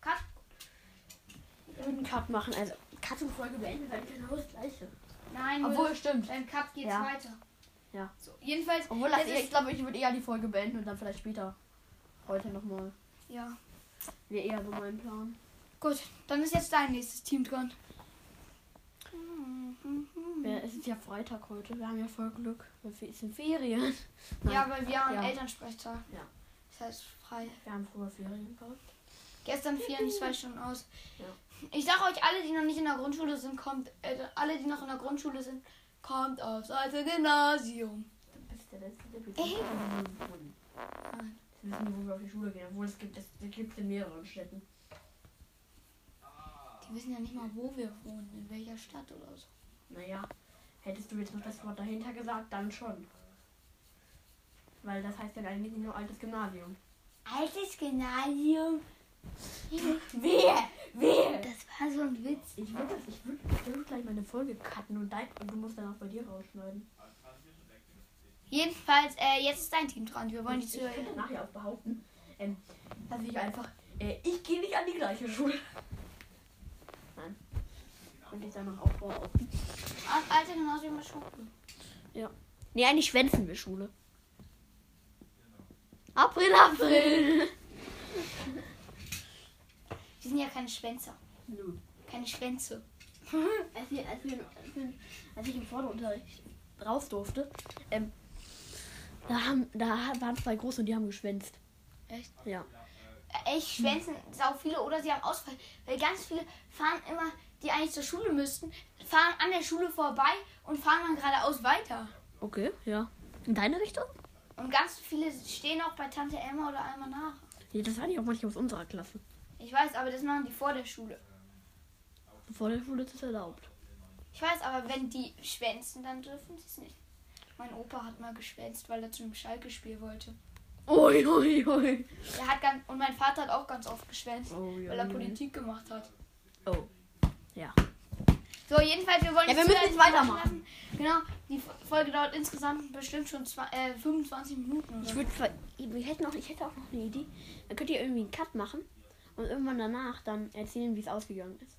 [SPEAKER 1] Cut?
[SPEAKER 5] Wir würden Cut machen, also Cut und Folge beenden, weil wir genau das gleiche.
[SPEAKER 1] Nein,
[SPEAKER 5] Obwohl,
[SPEAKER 1] nur-
[SPEAKER 5] stimmt.
[SPEAKER 1] beim Cut geht's
[SPEAKER 5] Ja.
[SPEAKER 1] weiter.
[SPEAKER 5] Ja.
[SPEAKER 1] So, jedenfalls.
[SPEAKER 5] Obwohl, lass
[SPEAKER 1] es
[SPEAKER 5] ich, ich glaube, ich würde eher die Folge beenden und dann vielleicht später. Heute nochmal.
[SPEAKER 1] Ja.
[SPEAKER 5] Wäre eher so mein Plan.
[SPEAKER 1] Gut, dann ist jetzt dein nächstes Team dran.
[SPEAKER 5] Hm, Ja, es ist ja Freitag heute. Wir haben ja voll Glück. Wir fe- es sind Ferien. Nein.
[SPEAKER 1] Ja, weil wir haben
[SPEAKER 5] Ja.
[SPEAKER 1] Elternsprechtag.
[SPEAKER 5] Ja.
[SPEAKER 1] Das heißt frei.
[SPEAKER 5] Wir haben früher Ferien gehabt.
[SPEAKER 1] Gestern fielen zwei Stunden aus.
[SPEAKER 5] Ja.
[SPEAKER 1] Ich sage euch, alle, die noch nicht in der Grundschule sind, kommt, äh, alle, die noch in der Grundschule sind, kommt aufs alte Gymnasium.
[SPEAKER 2] Bist der letzte Depp. Ich wissen, wo wir auf die Schule gehen, obwohl es gibt, es gibt in mehreren Städten.
[SPEAKER 1] Die wissen ja nicht mal, wo wir wohnen, in welcher Stadt oder so.
[SPEAKER 2] Naja, hättest du jetzt noch das Wort dahinter gesagt, dann schon. Weil das heißt ja eigentlich nur altes Gymnasium.
[SPEAKER 1] Altes Gymnasium?
[SPEAKER 2] Wehe! Wehe!
[SPEAKER 1] Das war so ein Witz.
[SPEAKER 2] Ich würde ich würd, ich würd gleich meine Folge cutten und, dein, und du musst dann auch bei dir rausschneiden.
[SPEAKER 1] Jedenfalls, äh, jetzt ist dein Team dran. Wir wollen die
[SPEAKER 2] Ich, ich
[SPEAKER 1] Zuhörer.
[SPEAKER 2] könnte nachher auch behaupten, ähm, dass ich einfach. Äh, ich gehe nicht an die gleiche Schule. Nein. Und ich danach auch vor.
[SPEAKER 1] Auf alte Gymnasium ist schon cool.
[SPEAKER 5] Nee, eigentlich schwänzen wir Schule. April, April.
[SPEAKER 1] Die sind ja keine Schwänzer.
[SPEAKER 2] Nö.
[SPEAKER 1] Keine Schwänze.
[SPEAKER 5] als, wir, als, wir, als, wir, als ich im Vorderunterricht raus durfte, ähm, da, haben, da waren zwei große und die haben geschwänzt.
[SPEAKER 1] Echt?
[SPEAKER 5] Ja.
[SPEAKER 1] Äh, Echt schwänzen sau viele oder sie haben Ausfall. Weil ganz viele fahren immer, die eigentlich zur Schule müssten, fahren an der Schule vorbei und fahren dann geradeaus weiter.
[SPEAKER 5] Okay, ja. In deine Richtung?
[SPEAKER 1] Und ganz viele stehen auch bei Tante Emma oder einmal nach.
[SPEAKER 5] Nee, das waren die auch manche aus unserer Klasse.
[SPEAKER 1] Ich weiß, aber das machen die vor der Schule.
[SPEAKER 5] Vor der Schule ist es erlaubt.
[SPEAKER 1] Ich weiß, aber wenn die schwänzen, dann dürfen sie es nicht. Mein Opa hat mal geschwänzt, weil er zu einem Schalke-Spiel wollte.
[SPEAKER 5] Ui, ui, ui.
[SPEAKER 1] Er hat ganz, und mein Vater hat auch ganz oft geschwänzt,
[SPEAKER 5] Oh, ja,
[SPEAKER 1] weil er
[SPEAKER 5] ja.
[SPEAKER 1] Politik gemacht hat.
[SPEAKER 5] Oh. Ja.
[SPEAKER 1] So, jedenfalls, wir wollen
[SPEAKER 5] Ja, wir
[SPEAKER 1] die
[SPEAKER 5] müssen jetzt
[SPEAKER 1] Zuhörer
[SPEAKER 5] weitermachen.
[SPEAKER 1] lassen. Genau, die F- Folge dauert insgesamt bestimmt schon zwei, äh, 25 Minuten. Oder?
[SPEAKER 5] Ich
[SPEAKER 1] so.
[SPEAKER 5] würde, ich hätte noch, ich hätte auch noch eine Idee. Dann könnt ihr irgendwie einen Cut machen und irgendwann danach dann erzählen, wie es ausgegangen ist.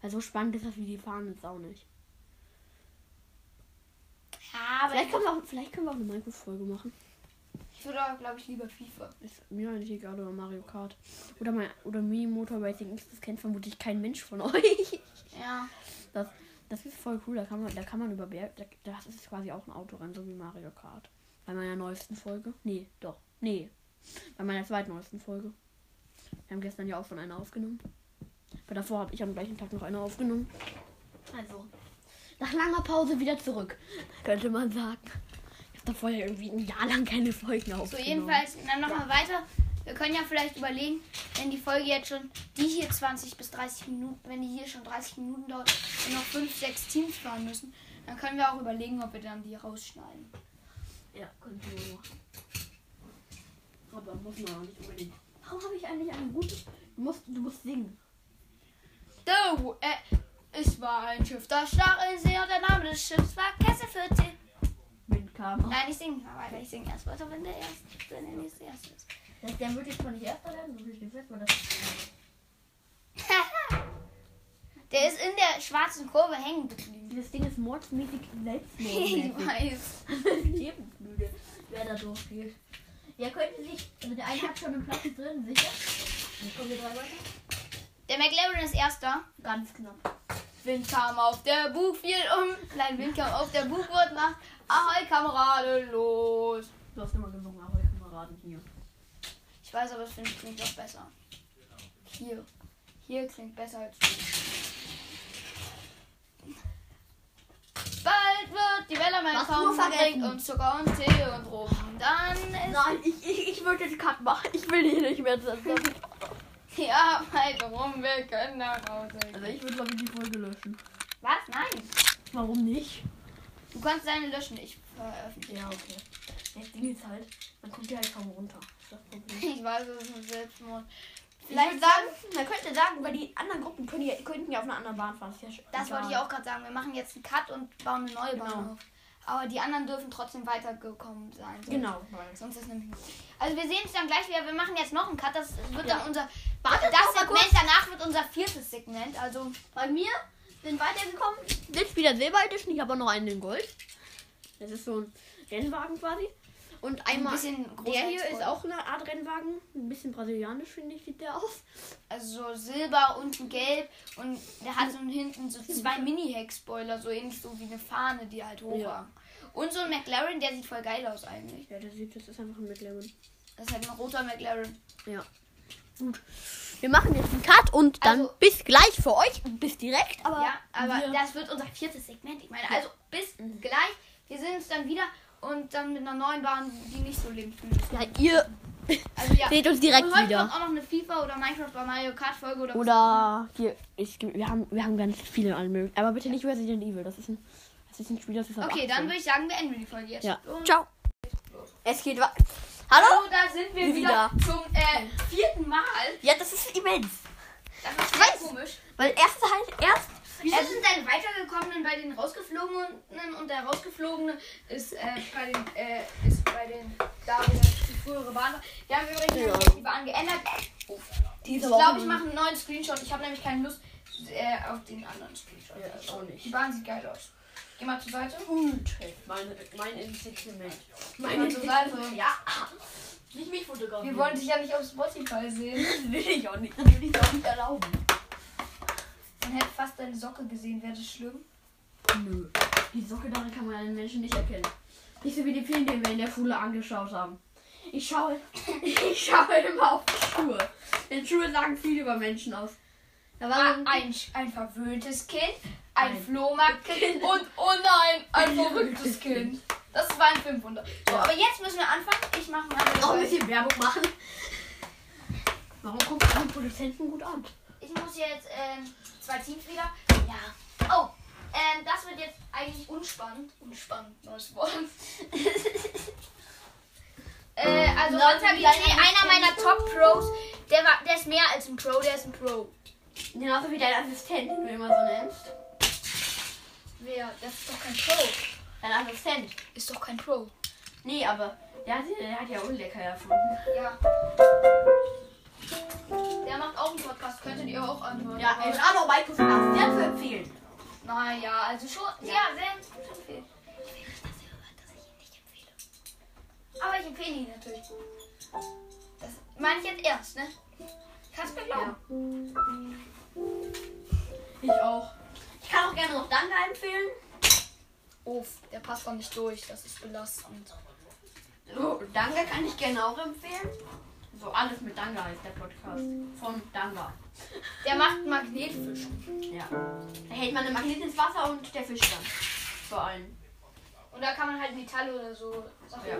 [SPEAKER 5] Weil so spannend ist das wie die fahren jetzt auch nicht.
[SPEAKER 1] Ja, aber
[SPEAKER 5] Vielleicht können wir auch, vielleicht können wir auch eine Minecraft-Folge machen.
[SPEAKER 1] ich würde auch, glaube ich, lieber FIFA.
[SPEAKER 5] Ist mir eigentlich egal oder Mario Kart oder mein oder Mini Motor Racing X. Das kennt vermutlich kein Mensch von euch.
[SPEAKER 1] Ja.
[SPEAKER 5] Das, das ist voll cool. Da kann man, da kann man über Berg. Da, das ist quasi auch ein Autorennen, so wie Mario Kart. Bei meiner neuesten Folge. Nee, doch. Nee. Bei meiner zweitneuesten Folge. Wir haben gestern ja auch schon eine aufgenommen. Aber davor habe ich am gleichen Tag noch eine aufgenommen. Also, nach langer Pause wieder zurück, könnte man sagen. Ich habe davor ja irgendwie ein Jahr lang keine Folgen aufgenommen.
[SPEAKER 1] So, jedenfalls, dann nochmal weiter. Wir können ja vielleicht überlegen, wenn die Folge jetzt schon, die hier 20 bis 30 Minuten, wenn die hier schon 30 Minuten dauert und noch 5, 6 Teams fahren müssen, dann können wir auch überlegen, ob wir dann die rausschneiden.
[SPEAKER 5] Ja, könnte man machen. Aber muss man auch nicht unbedingt. Warum habe ich eigentlich eine gute. Du musst, du musst singen.
[SPEAKER 1] So, äh, es war ein Schiff, das stach in See und der Name des Schiffs war Kessel 14.
[SPEAKER 2] Windkamera.
[SPEAKER 1] Nein, ich singe nicht mal weiter. Ich singe erst weiter, wenn der erste, wenn der nächste erste ist.
[SPEAKER 2] Das, der wird jetzt mal nicht erster werden, so viel gefällt mir das.
[SPEAKER 1] der ist in der schwarzen Kurve hängen geblieben.
[SPEAKER 5] Dieses Ding ist mordsmäßig
[SPEAKER 1] ich
[SPEAKER 5] selbstmordmäßig.
[SPEAKER 1] weiß.
[SPEAKER 2] Lebensmüde, wer da durchgeht. Ja, könnte sich. Also der eine hat schon einen Platz drin, sicher. Jetzt kommen wir drei weiter.
[SPEAKER 1] Der McLaren ist erster.
[SPEAKER 2] Ganz knapp.
[SPEAKER 1] Wind kam auf der Bug, fiel um. Klein Wind kam auf der Bug, wurde macht. Ahoi, Kamerade, los.
[SPEAKER 2] Du hast immer gesungen, aber ich Kameraden hier.
[SPEAKER 1] Ich weiß, aber das finde ich klingt doch besser. Hier. Hier klingt besser als du. Bald wird die Welle mein
[SPEAKER 5] Hast du
[SPEAKER 1] Kaum
[SPEAKER 5] vergessen?
[SPEAKER 1] bringt und Zucker und Tee und Rum. Dann ist
[SPEAKER 5] Nein, ich, ich, ich würde den Cut machen. Ich will hier nicht mehr das. das-
[SPEAKER 1] Ja, halt rum, wir können nach Hause.
[SPEAKER 2] Also ich würde glaube ich die Folge löschen.
[SPEAKER 1] Was? Nein.
[SPEAKER 5] Warum nicht?
[SPEAKER 1] Du kannst deine löschen, ich veröffentliche.
[SPEAKER 2] Ja, okay. Das Ding ist halt, man kommt ja halt kaum runter. Das ist das Problem.
[SPEAKER 1] Ich weiß, es ist ein Selbstmord.
[SPEAKER 2] Vielleicht sagen, man könnte sagen, weil die anderen Gruppen können ja, könnten ja auf einer anderen Bahn fahren. Das,
[SPEAKER 1] Das wollte ich auch gerade sagen. Wir machen jetzt einen Cut und bauen eine neue Bahn
[SPEAKER 2] Genau.
[SPEAKER 1] auf. Aber die anderen dürfen trotzdem weitergekommen sein. Sonst-
[SPEAKER 2] Genau.
[SPEAKER 1] Sonst ist nämlich nicht. Also wir sehen uns dann gleich wieder. Wir machen jetzt noch einen Cut. Das wird
[SPEAKER 2] Ja.
[SPEAKER 1] dann unser.
[SPEAKER 5] Wartet
[SPEAKER 1] das
[SPEAKER 5] noch mal
[SPEAKER 1] Segment danach wird unser viertes Segment. Also
[SPEAKER 5] Bei mir sind weitergekommen. Jetzt wieder Silber Edition. Ich habe auch noch einen in Gold. Das ist so ein Rennwagen quasi. Und einmal.
[SPEAKER 1] bisschen
[SPEAKER 5] der
[SPEAKER 1] größer
[SPEAKER 5] hier
[SPEAKER 1] als
[SPEAKER 5] ist
[SPEAKER 1] Gold.
[SPEAKER 5] auch eine Art Rennwagen. Ein bisschen brasilianisch, finde ich, sieht der aus.
[SPEAKER 1] also so Silber unten Gelb und der hat so hinten so zwei Mini-Heck-Spoiler, so ähnlich so wie eine Fahne, die halt hoch
[SPEAKER 5] Ja.
[SPEAKER 1] war. Und so ein McLaren, der sieht voll geil aus eigentlich.
[SPEAKER 5] Ja, das, sieht, das ist einfach ein McLaren.
[SPEAKER 1] Das ist halt ein roter McLaren.
[SPEAKER 5] Ja. Gut. Wir machen jetzt einen Cut und dann
[SPEAKER 1] Also-
[SPEAKER 5] bis gleich für euch. Bis direkt, aber.
[SPEAKER 1] ja, aber
[SPEAKER 5] wir-
[SPEAKER 1] das wird unser viertes Segment. Ich meine, also bis gleich. Wir sehen uns dann wieder und dann mit einer neuen Bahn, die nicht so linken ist.
[SPEAKER 5] Ja, ihr
[SPEAKER 1] Also ja.
[SPEAKER 5] seht uns direkt
[SPEAKER 1] und heute
[SPEAKER 5] wieder.
[SPEAKER 1] kommt auch noch eine FIFA oder Minecraft oder Mario Kart Folge oder,
[SPEAKER 5] Oder hier, ich, wir, haben, wir haben ganz viele anmögen. Aber bitte nicht Resident Evil. Das ist ein, das ist ein Spiel, das ist ab
[SPEAKER 1] Okay,
[SPEAKER 5] 18.
[SPEAKER 1] dann würde ich sagen, beenden wir die Folge jetzt.
[SPEAKER 5] Ja.
[SPEAKER 1] Und
[SPEAKER 5] Ciao. Es geht weiter. Hallo?
[SPEAKER 1] So, da sind wir
[SPEAKER 5] Wir
[SPEAKER 1] wieder, zum äh, vierten Mal.
[SPEAKER 5] Ja, das ist immens.
[SPEAKER 1] Das ist
[SPEAKER 5] Ich
[SPEAKER 1] sehr
[SPEAKER 5] weiß.
[SPEAKER 1] komisch.
[SPEAKER 5] Weil erst halt, erst.
[SPEAKER 1] Wieso sind deine weitergekommenen bei den rausgeflogenen und der rausgeflogene ist äh, bei den äh, ist bei den da wo die frühere Bahn war. Wir haben übrigens jetzt die Bahn geändert.
[SPEAKER 5] Die
[SPEAKER 1] Ich glaube, ich mache einen neuen Screenshot. Ich habe nämlich keine Lust äh, auf den anderen Screenshot.
[SPEAKER 2] Ja, ich auch nicht.
[SPEAKER 1] Die Bahn sieht geil aus. Geh mal zur Seite.
[SPEAKER 2] Gut. Meine, mein Insektement.
[SPEAKER 1] Geh mal zur Seite.
[SPEAKER 2] Ja. Nicht mich
[SPEAKER 1] Wir
[SPEAKER 2] fotografieren.
[SPEAKER 1] wollen dich ja nicht auf Spotify sehen.
[SPEAKER 2] das will ich auch nicht. Das will ich auch nicht erlauben.
[SPEAKER 1] Man hätte fast deine Socke gesehen. Wäre das schlimm?
[SPEAKER 2] Nö. Die Socke darin kann man einen Menschen nicht erkennen. Nicht so wie die Filme, den wir in der Schule angeschaut haben. Ich schaue, ich schaue immer auf die Schuhe. Denn Schuhe sagen viel über Menschen aus. Da war so
[SPEAKER 1] Ah, ein, ein verwöhntes Kind, ein, Flohmarktkind und oh nein, ein verrücktes Kind. Das war ein 500. So, aber jetzt müssen wir anfangen. Ich mache
[SPEAKER 2] Noch ein
[SPEAKER 1] mal.
[SPEAKER 2] bisschen Werbung machen. Warum guckt man den Produzenten gut an?
[SPEAKER 1] Ich muss jetzt ähm, zwei Teams wieder. Ja. Oh, ähm, das wird jetzt eigentlich unspannend. Unspannend, neues Wort. äh, also unter
[SPEAKER 2] wie deine
[SPEAKER 1] einer meiner Top Pros, der war, der ist mehr als ein Pro, der ist ein Pro.
[SPEAKER 2] Genauso wie dein Assistent, den du immer so nennst.
[SPEAKER 1] Wer? Das ist doch kein Pro.
[SPEAKER 2] Dein Assistent.
[SPEAKER 1] Ist doch kein Pro.
[SPEAKER 2] Nee, aber der hat, der hat ja Unlecker erfunden.
[SPEAKER 1] Ja. Der macht auch einen Podcast, könntet ihr auch anhören.
[SPEAKER 2] Ja,
[SPEAKER 1] aber-
[SPEAKER 2] El Shadow Michael Fass, der zu empfehlen.
[SPEAKER 1] Naja, also schon. Ja, sehr gut empfehlen. Aber ich empfehle ihn natürlich. Das meine ich jetzt ernst, ne? Kannst du mir glauben?
[SPEAKER 2] Ich auch. Ich kann auch gerne noch Danke empfehlen.
[SPEAKER 1] Oh, der passt doch nicht durch, das ist belastend.
[SPEAKER 2] So, Danke kann ich gerne auch empfehlen. So, alles mit Danke heißt der Podcast. Von Danke.
[SPEAKER 1] Der macht Magnetfisch.
[SPEAKER 2] Ja. Da hält man eine Magnet ins Wasser und der Fisch dann. Vor allem.
[SPEAKER 1] Und da kann man halt Metall oder so Sachen.
[SPEAKER 2] Ja.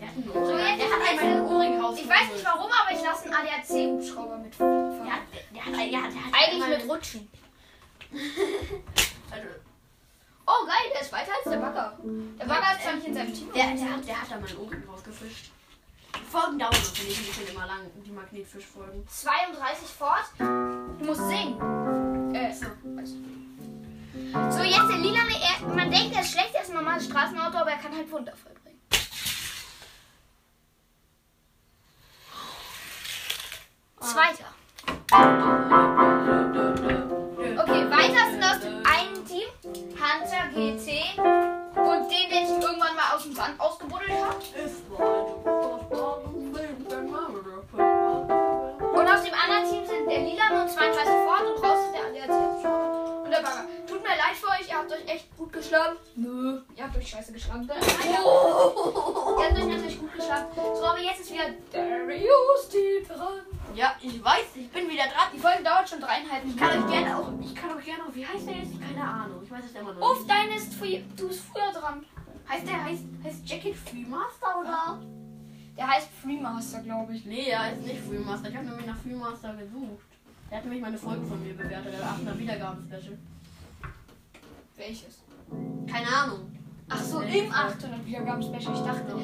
[SPEAKER 2] Der hat einen
[SPEAKER 1] So,
[SPEAKER 2] Ohrring.
[SPEAKER 1] jetzt
[SPEAKER 2] der hat
[SPEAKER 1] ist
[SPEAKER 2] einmal einen Ohrring raus.
[SPEAKER 1] Ich weiß nicht warum, aber ich lasse einen ADAC-Hubschrauber mitfahren.
[SPEAKER 2] Der hat, der hat, ein- ja, der hat
[SPEAKER 1] Eigentlich
[SPEAKER 2] einmal-
[SPEAKER 1] mit Rutschen.
[SPEAKER 2] Also,
[SPEAKER 1] Oh geil, der ist weiter als der Bagger. Der Bagger ist zwar nicht in seinem Team.
[SPEAKER 2] Der, der, hat, der hat da meinen Ohrring rausgefischt. Die Folgen dauern natürlich ein bisschen immer lang, die Magnetfischfolgen.
[SPEAKER 1] 32 fort. Du musst singen. Äh,
[SPEAKER 2] So.
[SPEAKER 1] so, jetzt der Lila, er, man denkt, er ist schlecht, er ist ein normales Straßenauto, aber er kann halt Wunder vollbringen. Zweiter. Okay, weiter sind aus dem einen Team Hunter GT und den, den ich irgendwann mal aus dem Sand ausgebuddelt habe. Und aus dem anderen Team sind der Lila und 32 Ford und raus ist der Allianz und der Bagger. Tut mir leid für euch, ihr habt euch echt gut geschlagen. Nö. Ihr habt euch scheiße geschlagen. Nein, ihr habt- Ihr habt euch natürlich gut geschlagen. So, aber jetzt ist wieder Darius Team dran.
[SPEAKER 2] Ja, ich weiß, ich bin wieder dran.
[SPEAKER 1] Die Folge dauert schon dreieinhalb
[SPEAKER 2] Ich
[SPEAKER 1] Minuten.
[SPEAKER 2] kann euch gerne auch, ich kann euch gerne auch, wie heißt der jetzt? Keine Ahnung, ich weiß es immer noch
[SPEAKER 1] Uff,
[SPEAKER 2] nicht.
[SPEAKER 1] dein ist früh, du bist früher dran.
[SPEAKER 2] Heißt der, heißt, heißt Jacket Freemaster oder?
[SPEAKER 1] Der heißt Freemaster, glaube ich.
[SPEAKER 2] Nee, er ist nicht Freemaster, ich habe nämlich nach Freemaster gesucht. Der hat nämlich meine Folge von mir bewertet, der 8er Wiedergaben-Special.
[SPEAKER 1] Welches?
[SPEAKER 2] Keine Ahnung.
[SPEAKER 1] Ach so,
[SPEAKER 2] Nee.
[SPEAKER 1] im 800 Wiedergaben-Special. Ich dachte,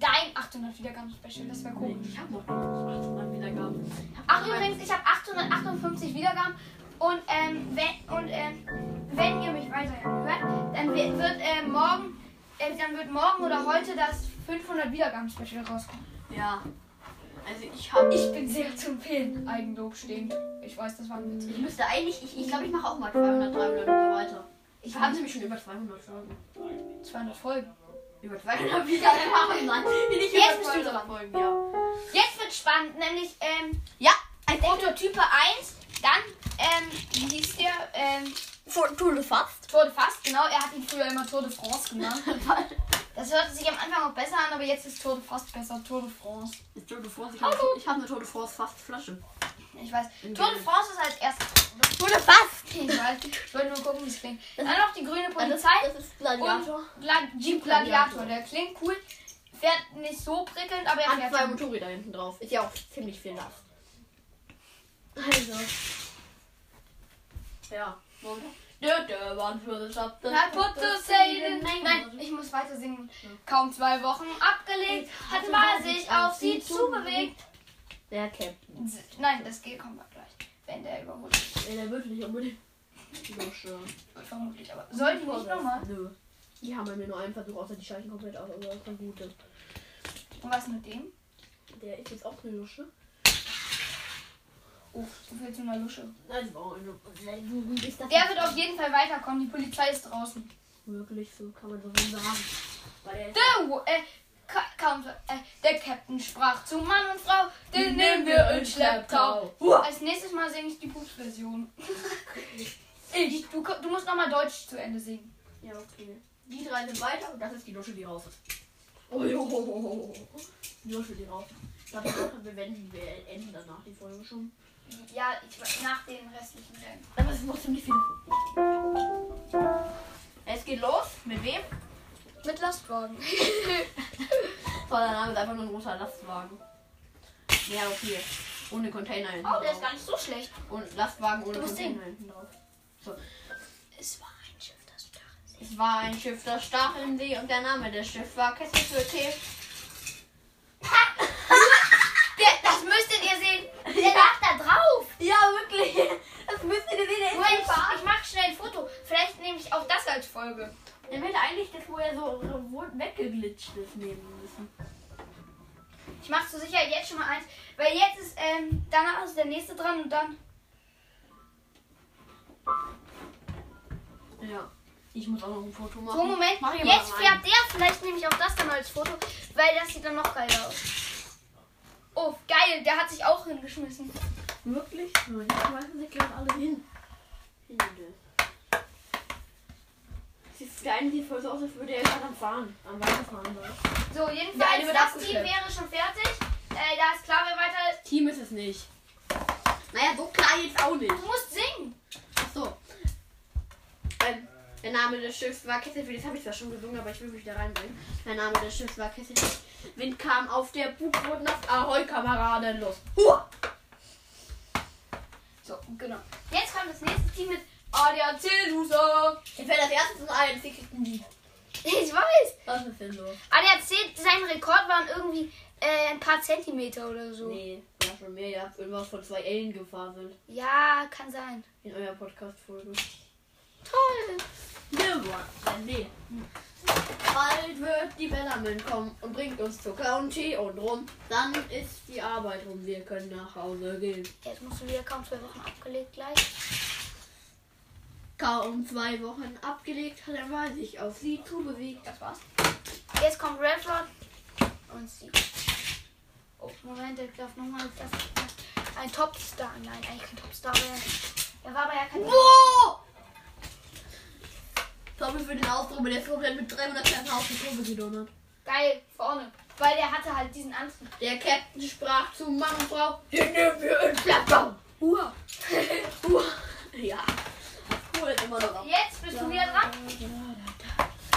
[SPEAKER 1] dein 800 Wiedergaben-Special, das wäre
[SPEAKER 2] Nee,
[SPEAKER 1] komisch.
[SPEAKER 2] ich habe noch nicht 800 Wiedergaben. Ich hab
[SPEAKER 1] Ach
[SPEAKER 2] noch ein-
[SPEAKER 1] übrigens, ich habe 858 Wiedergaben und ähm, wenn und ähm, wenn ihr mich weiter hört, dann wi- wird äh, morgen äh, dann wird morgen oder heute das 500 Wiedergaben Special rauskommen.
[SPEAKER 2] Ja. Also ich habe.
[SPEAKER 1] Ich bin sehr zu empfehlen. Eigenlob stehend. Ich weiß, das war ein Witz.
[SPEAKER 2] Ich müsste eigentlich. Ich, ich glaube, ich mache auch mal 200, 300 und so weiter.
[SPEAKER 1] Ich
[SPEAKER 2] Wir haben
[SPEAKER 1] habe
[SPEAKER 2] nämlich schon über 200 Folgen.
[SPEAKER 1] 200 Folgen.
[SPEAKER 2] Über 200 Wiedergaben machen, Mann. Nicht über
[SPEAKER 1] Jetzt bist du
[SPEAKER 2] 200
[SPEAKER 1] dran.
[SPEAKER 2] Folgen, ja.
[SPEAKER 1] Jetzt wird spannend, nämlich ähm,
[SPEAKER 5] Ja,
[SPEAKER 1] Prototype 1, dann ähm, wie hieß der ähm,
[SPEAKER 5] Tour de Fast.
[SPEAKER 1] Tour de Fast, genau, er hat ihn früher immer Tour de France genannt. Das hörte sich am Anfang auch besser an, aber jetzt ist Tour de France besser. Tour de France.
[SPEAKER 2] Ist Tour de France? Ich habe ich hab eine Tour de France fast Flasche.
[SPEAKER 1] Ich weiß. Tour de France ist als erstes.
[SPEAKER 5] Tour de France.
[SPEAKER 1] Ich weiß. Ich wollte nur gucken, wie es klingt. Dann noch die grüne Polizei.
[SPEAKER 5] Das ist Gladiator.
[SPEAKER 1] Glad Jeep Gladiator. Der klingt cool. Fährt nicht so prickelnd, aber er
[SPEAKER 2] Hat zwei
[SPEAKER 1] fährt. gut.
[SPEAKER 2] Motorräder hinten drauf. Ist ja auch ziemlich viel Last.
[SPEAKER 5] Also.
[SPEAKER 2] Ja. Na,
[SPEAKER 1] Not put to say the name. Nein, ich muss weiter singen. Kaum zwei Wochen abgelegt, hat Mal sich auf sie zubewegt.
[SPEAKER 2] Ja, okay.
[SPEAKER 1] Nein, das geht kommt mal gleich. Wenn der überholt.
[SPEAKER 2] Ja, der wird nicht unbedingt. So schön.
[SPEAKER 1] Vermutlich, aber. Soll ich nicht nochmal?
[SPEAKER 2] Nö. Die haben bei mir nur einen Versuch, außer die schalten komplett aus, aber das ist ein guter.
[SPEAKER 1] Und was mit dem?
[SPEAKER 2] Der ist jetzt auch eine Lusche.
[SPEAKER 1] Uff, du fällst mir mal Lusche.
[SPEAKER 2] Nein, das war auch eine Lusche. Ist das
[SPEAKER 1] Der wird auf jeden Fall weiterkommen. Die Polizei ist draußen.
[SPEAKER 2] wirklich so? Kann man so sagen. Weil der ist
[SPEAKER 1] Der, Wo- äh, Ka Counter, äh, der Captain sprach zu Mann und Frau, den nehmen wir in Schlepptau.
[SPEAKER 2] Hua.
[SPEAKER 1] Als nächstes Mal singe ich die Pups-Version. ich, du, ko- du musst nochmal Deutsch zu Ende singen.
[SPEAKER 2] Ja, okay. Die drei sind weiter und das ist die Dusche, die raus ist. Oh, jo. Die Dusche, die raus ist. Das machen wir, wenn wir enden danach die Folge schon.
[SPEAKER 1] Ja, ich, weiß- nach den restlichen Rennen.
[SPEAKER 2] Aber es ist noch ziemlich viel. Es geht los. Mit wem?
[SPEAKER 1] Mit Lastwagen.
[SPEAKER 2] So, der Name ist einfach nur ein großer Lastwagen. Ja, okay. Ohne Container hinten
[SPEAKER 1] Oh, der
[SPEAKER 2] drauf.
[SPEAKER 1] ist gar nicht so schlecht.
[SPEAKER 2] Und Lastwagen ohne
[SPEAKER 1] Du musst
[SPEAKER 2] Container hinten drauf.
[SPEAKER 1] Es war ein Schiff, das stach.
[SPEAKER 2] Es war ein Schiff, das stach in See und der Name des Schiffs war Kessel für Tee.
[SPEAKER 1] Der, das müsstet ihr sehen. Der lag da drauf.
[SPEAKER 2] Ja, wirklich. Das müsst ihr sehen.
[SPEAKER 1] Moment, ich, ich mache schnell ein Foto. Vielleicht nehme ich auch das als Folge.
[SPEAKER 2] Der hätte eigentlich das, wo er so wo- weggeglitscht ist, nehmen müssen.
[SPEAKER 1] Ich mache zur Sicherheit jetzt schon mal eins, weil jetzt ist, ähm, danach ist der nächste dran und dann.
[SPEAKER 2] Ja. Ich muss auch noch ein Foto machen.
[SPEAKER 1] So, Moment,
[SPEAKER 2] Mach ich mal
[SPEAKER 1] jetzt
[SPEAKER 2] rein.
[SPEAKER 1] färbt er. Vielleicht nehme ich auch das dann als Foto, weil das sieht dann noch geiler aus. Oh, geil, der hat sich auch hingeschmissen.
[SPEAKER 2] Wirklich? So, Jetzt schmeißen sie gerade alle hin. Hinde. Sieht geil, sieht voll so aus, als würde er gerade am Fahren, am Weiterfahren sein.
[SPEAKER 1] So,
[SPEAKER 2] Der
[SPEAKER 1] jedenfalls,
[SPEAKER 2] eine wird
[SPEAKER 1] das Team
[SPEAKER 2] abgeschleppt.
[SPEAKER 1] wäre schon fertig. Äh, da ist klar, wer weiter ist.
[SPEAKER 2] Team ist es nicht. Naja, so klar jetzt auch nicht.
[SPEAKER 1] Du musst singen.
[SPEAKER 2] Achso. Ähm, der Name des Schiffs war Kesselwind. Jetzt habe ich zwar schon gesungen, aber ich will mich da reinbringen. Der Name des Schiffs war Kesselwind. Wind kam auf der Bugboot nach Ahoi, Kameraden, los. Hua!
[SPEAKER 1] So, genau. Jetzt kommt das nächste Team mit ADAC Loser.
[SPEAKER 2] Ich werde das erste Mal ein, sie kriegt ein Lied.
[SPEAKER 1] Ich weiß.
[SPEAKER 2] Was ist denn so?
[SPEAKER 1] ADAC, sein Rekord waren irgendwie äh, ein paar Zentimeter oder so.
[SPEAKER 2] Nee, war schon mehr. Ihr habt irgendwas von zwei Ellen gefaselt
[SPEAKER 1] Ja, kann sein.
[SPEAKER 2] in eurer Podcast-Folge.
[SPEAKER 1] Toll.
[SPEAKER 2] Ne, Watson, nee. Bald wird die Bellerman kommen und bringt uns Zucker und Tee und rum. Dann ist die Arbeit rum. Wir können nach Hause gehen.
[SPEAKER 1] Jetzt musst du wieder kaum zwei Wochen abgelegt gleich.
[SPEAKER 2] Kaum um zwei Wochen abgelegt hat er mal sich auf sie zubewegt.
[SPEAKER 1] Das war's. Jetzt kommt Redford und sie. Oh, Moment, ich darf nochmal das- ein Topstar. Nein, eigentlich kein Topstar. aber er- Er war aber ja kein.
[SPEAKER 2] Wow! Tommy für den Ausdruck, der ist komplett mit 300 Kerzen auf die Kurve gedonnert.
[SPEAKER 1] Geil, vorne. Weil der hatte halt diesen Antrieb.
[SPEAKER 2] Der Captain sprach zu Mann und Frau, den nehmen wir in Plattbaum. Uah. Uah. Ja. Das cool ist immer noch am
[SPEAKER 1] Jetzt bist du wieder dran.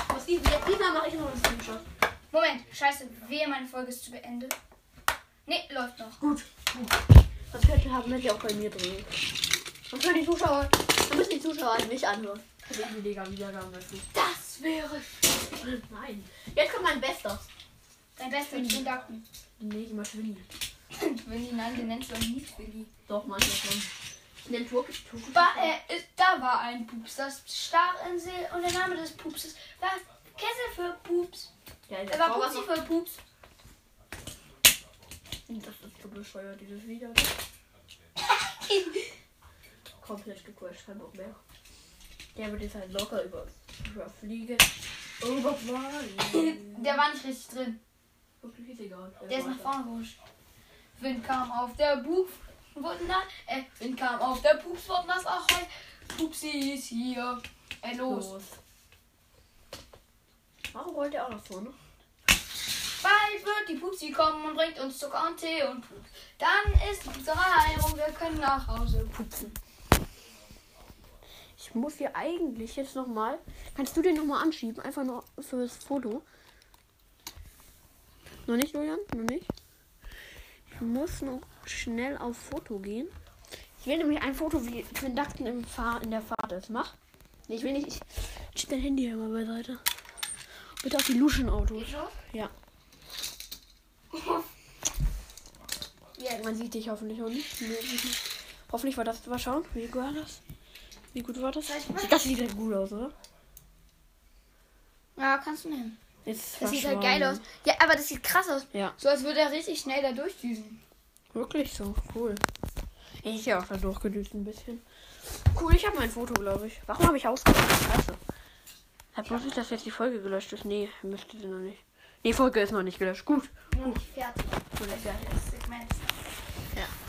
[SPEAKER 2] Was die, jetzt diesmal mache ich noch einen Screenshot.
[SPEAKER 1] Moment, scheiße, wehe, meine Folge ist zu Ende. Nee, läuft noch.
[SPEAKER 2] Gut. Das könnte haben hätte ich auch bei mir drin. Und für die Zuschauer, wir müssen die Zuschauer halt nicht anhören.
[SPEAKER 1] Das wäre
[SPEAKER 2] Nein. Jetzt kommt mein Bester.
[SPEAKER 1] dein bester Kindergarten.
[SPEAKER 2] Nee, immer Schwindy.
[SPEAKER 1] Willi, nein, den nennst du doch nicht Willi.
[SPEAKER 2] Doch, manchmal schon. Ich nenne Türkisch Türkisch.
[SPEAKER 1] War, äh, ist- da war ein Pups, das stach in See und der Name des Pupses war Kessel für Pups.
[SPEAKER 2] Ja,
[SPEAKER 1] Er
[SPEAKER 2] jetzt
[SPEAKER 1] war
[SPEAKER 2] war was
[SPEAKER 1] Pupsi
[SPEAKER 2] noch.
[SPEAKER 1] für Pups.
[SPEAKER 2] Das ist so bescheuert, dieses Video. Komplett gecrashed, kein Bock mehr. Der wird jetzt halt locker über, über Fliege. Überfahren.
[SPEAKER 1] Der war nicht richtig drin.
[SPEAKER 2] Wirklich ist egal.
[SPEAKER 1] Der ist nach vorne gerutscht. Wind kam auf der Buf, wurden da, äh, Wind kam auf der Pups, wurden das auch Pupsi ist hier. Äh, los.
[SPEAKER 2] Los.
[SPEAKER 5] Warum rollt ihr auch noch vorne?
[SPEAKER 1] Bald wird die Pupsi kommen und bringt uns Zucker und Tee und Pup. Dann ist die Pupserei rum, wir können nach Hause pupsen.
[SPEAKER 5] Ich muss hier eigentlich jetzt nochmal. Kannst du den nochmal anschieben? Einfach nur fürs Foto. Noch nicht, Julian? Noch nicht? Ich muss noch schnell auf Foto gehen. Ich will nämlich ein Foto, wie Quindakten im Fahr in der Fahrt ist. Mach. Nee, ich will nicht. Ich schieb dein Handy hier mal beiseite. Bitte auf die Luschen-Autos.
[SPEAKER 1] Geht schon?
[SPEAKER 5] Ja. ja, man sieht dich hoffentlich auch nicht. Nee, sieht nicht. Hoffentlich war das. Mal schauen. Wie gut war das? Wie gut war das? Das sieht halt gut aus, oder?
[SPEAKER 1] Ja, kannst du nehmen.
[SPEAKER 5] Jetzt
[SPEAKER 1] Das sieht halt
[SPEAKER 5] verschwommen.
[SPEAKER 1] geil aus. Ja, aber das sieht krass aus.
[SPEAKER 5] Ja,
[SPEAKER 1] So als würde er richtig schnell da durchdüsen.
[SPEAKER 5] wirklich so. Cool. Ich ja auch da durchgedüst ein bisschen. Cool, ich habe mein Foto, glaube ich. Warum habe ich ausgemacht? Scheiße. Hat muss ich, dass jetzt die Folge gelöscht ist? Nee, müsste sie noch nicht. Nee, Folge ist noch nicht gelöscht. Gut.
[SPEAKER 1] Noch nicht fertig. Das Segment.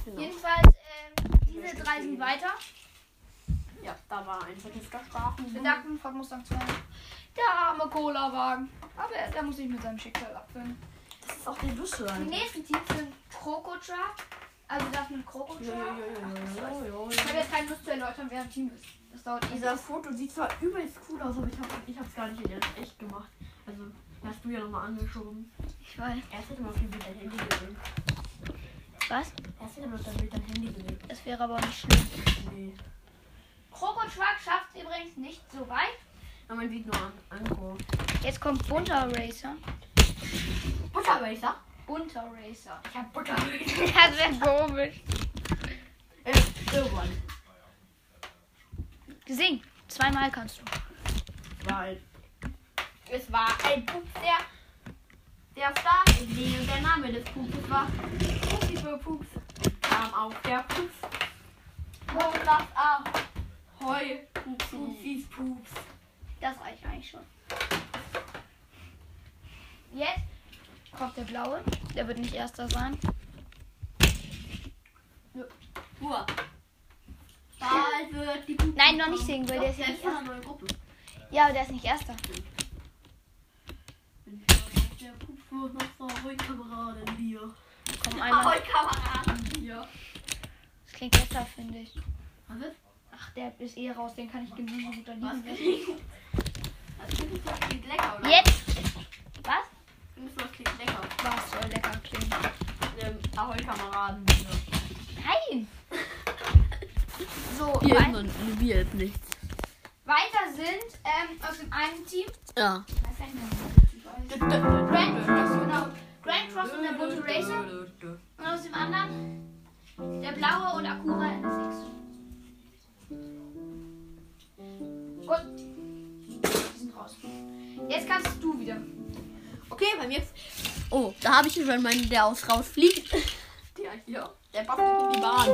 [SPEAKER 5] Genau.
[SPEAKER 1] Jedenfalls, ähm, diese drei sind weiter.
[SPEAKER 5] Ja, da war ein vergifter Sprachen.
[SPEAKER 1] Bedanken, Ford Mustang 2. Der arme Cola-Wagen. Aber er, der muss sich mit seinem Schicksal abfinden.
[SPEAKER 2] Das ist auch der Dussel.
[SPEAKER 1] Die nächsten Teams sind Krokotruck. Also das mit Krokotruck. Ich habe jetzt keine Lust zu erläutern, wer im Team ist. Das dauert eh.
[SPEAKER 2] Dieses Foto sieht zwar übelst cool aus, aber ich habe ich hab's gar nicht in echt gemacht. Also, hast du ja nochmal angeschoben.
[SPEAKER 1] Ich weiß.
[SPEAKER 2] Erst hätte man auf dem Bild dein Handy gelegt.
[SPEAKER 1] Was?
[SPEAKER 2] Erst hätte man auf dem Bild dein Handy gelegt.
[SPEAKER 1] Das wäre aber nicht schlimm.
[SPEAKER 2] Nee.
[SPEAKER 1] Krokotruck schafft es übrigens nicht so weit.
[SPEAKER 2] Aber man sieht nur an Anko.
[SPEAKER 1] Jetzt kommt Bunter Racer.
[SPEAKER 2] Butterwälzer?
[SPEAKER 1] Bunter Racer.
[SPEAKER 2] Ich hab Butterwälzer.
[SPEAKER 1] Das wäre komisch.
[SPEAKER 2] Äh, irgendwann.
[SPEAKER 1] Sing. Zweimal kannst du.
[SPEAKER 2] War halt. Es war ein Pup, der. Der Star in See und der Name des Pupses war. Pupsi für Pups. Kam auf der Pups. Wo das ab? Heu. Pupsis Pups.
[SPEAKER 1] Das reicht eigentlich schon. Jetzt kommt der blaue. Der wird nicht erster sein.
[SPEAKER 2] Uhr. Bald wird die Pups.
[SPEAKER 1] Nein, noch nicht singen, weil
[SPEAKER 2] Doch,
[SPEAKER 1] der ist ja
[SPEAKER 2] der
[SPEAKER 1] nicht
[SPEAKER 2] ist in einer
[SPEAKER 1] erster.
[SPEAKER 2] neuen Gruppe.
[SPEAKER 1] Ja, aber der ist nicht erster.
[SPEAKER 2] Bin stolz auf der Pups wird noch so ruhig Kameradenbier.
[SPEAKER 1] Komm einmal.
[SPEAKER 2] Kameradenbier.
[SPEAKER 1] Das klingt besser, finde ich.
[SPEAKER 2] Was ist?
[SPEAKER 1] Ach, der ist eh raus. Den kann ich genauso gut
[SPEAKER 2] Was?
[SPEAKER 1] daneben
[SPEAKER 2] Das
[SPEAKER 1] lassen.
[SPEAKER 2] klingt Also, das klingt lecker, oder?
[SPEAKER 1] Jetzt. Was?
[SPEAKER 2] Findest du, das klingt lecker?
[SPEAKER 1] Was soll lecker klingen?
[SPEAKER 2] Ähm, Ahoi, Kameraden.
[SPEAKER 1] Nein. So,
[SPEAKER 5] Bier,
[SPEAKER 1] wei
[SPEAKER 5] ist, Bier ist nichts.
[SPEAKER 1] weiter sind ähm, aus dem einen Team.
[SPEAKER 5] Ja.
[SPEAKER 1] Ich weiß gar nicht mehr, wie die heißen.
[SPEAKER 2] Grand Cross,
[SPEAKER 1] Genau. Grand Cross und der bunte Racer. Und aus dem anderen der blaue und Akura NSX. Gut. Die sind raus. Jetzt kannst du wieder.
[SPEAKER 5] Okay, bei mir. Oh, da habe ich schon meinen, der aus rausfliegt.
[SPEAKER 2] Der hier.
[SPEAKER 5] Der passt nicht in die Bahn.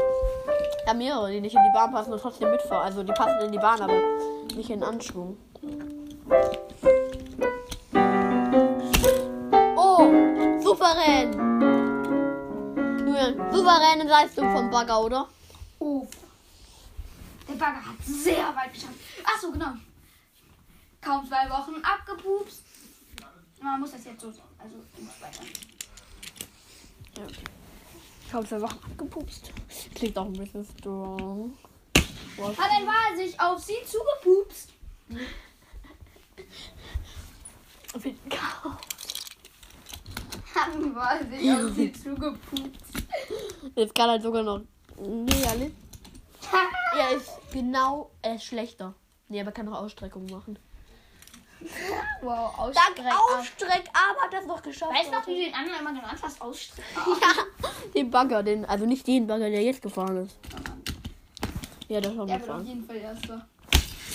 [SPEAKER 5] Ja, mehrere, die nicht in die Bahn passen und trotzdem mitfahren. Also die passen in die Bahn, aber nicht in Anschwung. Oh, souverän. Julian, souveräne Leistung vom Bagger, oder?
[SPEAKER 1] Oh. Der Bagger hat sehr weit geschafft. Achso, genau. Kaum zwei Wochen abgepupst. Man muss das jetzt so sagen. Also, ich muss weiter.
[SPEAKER 5] Ich habe zwei Wochen abgepupst. Klingt auch ein bisschen strong.
[SPEAKER 1] Hat ein Wal sich auf sie zugepupst. Hat ein Wal sich auf sie zugepupst.
[SPEAKER 5] Jetzt kann er sogar noch mega lit. Er ist genau, er ist schlechter. Nee, aber kann noch Ausstreckung machen.
[SPEAKER 1] wow,
[SPEAKER 5] Dank
[SPEAKER 1] ausgerechnet.
[SPEAKER 5] Ausstreckarm hat das noch geschafft.
[SPEAKER 1] Weißt du noch, wie du den anderen immer genannt hast? Ausstrecken.
[SPEAKER 5] Den Bagger, den, also nicht den Bagger, der jetzt gefahren ist. Ja, der ist schon
[SPEAKER 1] Der wird auf
[SPEAKER 5] gefahren.
[SPEAKER 1] jeden Fall erster.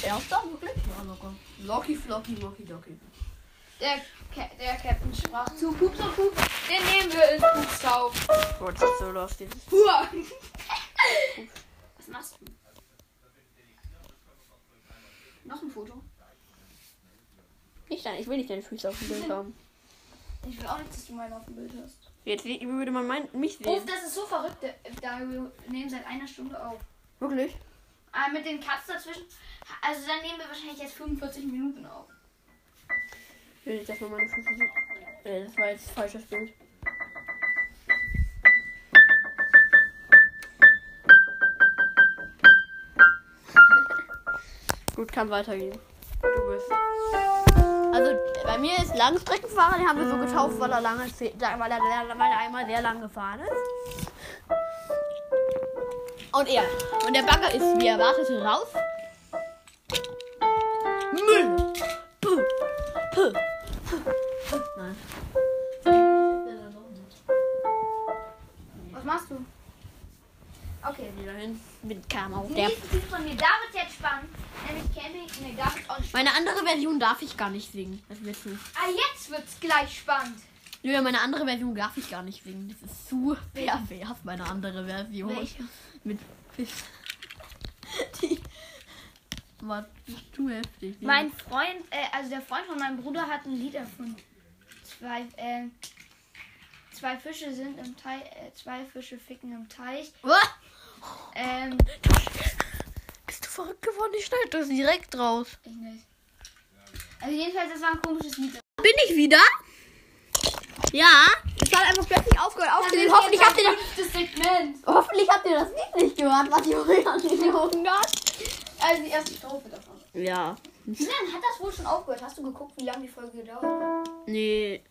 [SPEAKER 2] Erster, wirklich? Ja, locker. Locky, flocky, mocky, docky.
[SPEAKER 1] Der, Ca- der Captain sprach zu Pups und Pups, den nehmen wir in Pups auf.
[SPEAKER 5] Gott, das ist so los. dieses-
[SPEAKER 1] Hua. Was machst du? Noch ein Foto.
[SPEAKER 5] Nicht dein, ich will nicht deine Füße auf dem Bild haben.
[SPEAKER 1] Ich will auch nicht, dass du meine auf dem Bild hast.
[SPEAKER 5] Jetzt wie- würde man mein, mich
[SPEAKER 1] Oh,
[SPEAKER 5] sehen.
[SPEAKER 1] das ist so verrückt. der- Da wir nehmen seit einer Stunde auf.
[SPEAKER 5] Wirklich?
[SPEAKER 1] Aber Ah, mit den Cuts dazwischen. Also dann nehmen wir wahrscheinlich jetzt 45 Minuten auf.
[SPEAKER 5] Will ich das mal meine Füße sehen? Äh, das war jetzt falsches Bild. Gut, kann weitergehen. Du bist. Also bei mir ist Langstreckenfahrer, den haben wir so getauft, weil er lange weil er, weil er, weil er einmal sehr lang gefahren ist. Und er. Und der Bagger ist, wie erwartet, raus. Müll. Puh. Puh. Puh. Nein.
[SPEAKER 1] Was machst du? Okay.
[SPEAKER 5] Wieder hin. Mit kam auch der.
[SPEAKER 1] Nächstes Lied von mir, da wird's jetzt spannend. Nämlich Camping, ne, da wird's auch nicht spannend.
[SPEAKER 5] Meine andere Version darf ich gar nicht singen. Das wird zu.
[SPEAKER 1] Ah, jetzt wird's gleich spannend.
[SPEAKER 5] Julia, meine andere Version darf ich gar nicht singen. Das ist zu pervers, meine andere Version.
[SPEAKER 1] Welche?
[SPEAKER 5] Mit Piss. Die war zu heftig.
[SPEAKER 1] Mein Freund, äh, also der Freund von meinem Bruder hat ein Lied erfunden. Zwei, äh, zwei Fische sind im Teich, äh, zwei Fische ficken im Teich.
[SPEAKER 5] Ah!
[SPEAKER 1] Ähm,
[SPEAKER 5] Bist du verrückt geworden? Ich schneide das direkt raus.
[SPEAKER 1] ich nicht. Also jedenfalls, das war ein komisches Lied.
[SPEAKER 5] Bin ich wieder? Ja. Es hat einfach plötzlich aufgehört aufzunehmen. Hoffentlich habt, ihr das,
[SPEAKER 1] das Segment.
[SPEAKER 5] hoffentlich habt ihr das Lied nicht gehört, was Julia gesungen hat.
[SPEAKER 1] Also die erste Strophe davon.
[SPEAKER 5] Ja.
[SPEAKER 1] Wie lange hat das wohl schon aufgehört? Hast du geguckt, wie lange die Folge gedauert hat?
[SPEAKER 5] Nee.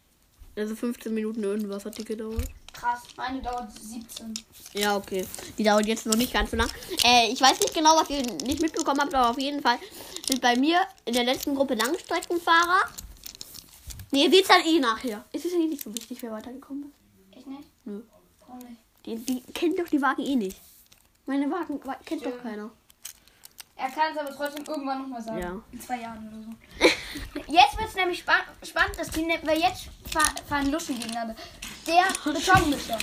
[SPEAKER 5] Also 15 Minuten irgendwas hat die gedauert.
[SPEAKER 1] Krass, meine dauert 17.
[SPEAKER 5] Ja, okay. Die dauert jetzt noch nicht ganz so lang. Äh, ich weiß nicht genau, was ihr nicht mitbekommen habt, aber auf jeden Fall sind bei mir in der letzten Gruppe Langstreckenfahrer. Nee, ihr seht's dann eh nachher. Ist es eh nicht so wichtig, wer weitergekommen ist?
[SPEAKER 1] Ich nicht?
[SPEAKER 5] Nö.
[SPEAKER 1] Warum nicht?
[SPEAKER 5] Die, die kennt doch die Wagen eh nicht. Meine Wagen wa- kennt doch keiner.
[SPEAKER 1] Er kann es aber trotzdem irgendwann nochmal sagen.
[SPEAKER 5] Ja.
[SPEAKER 1] In zwei Jahren oder so. jetzt wird es nämlich spa spannend, das Team nennt, weil jetzt fahr fahren Luschen gegeneinander. Der Betonmischer.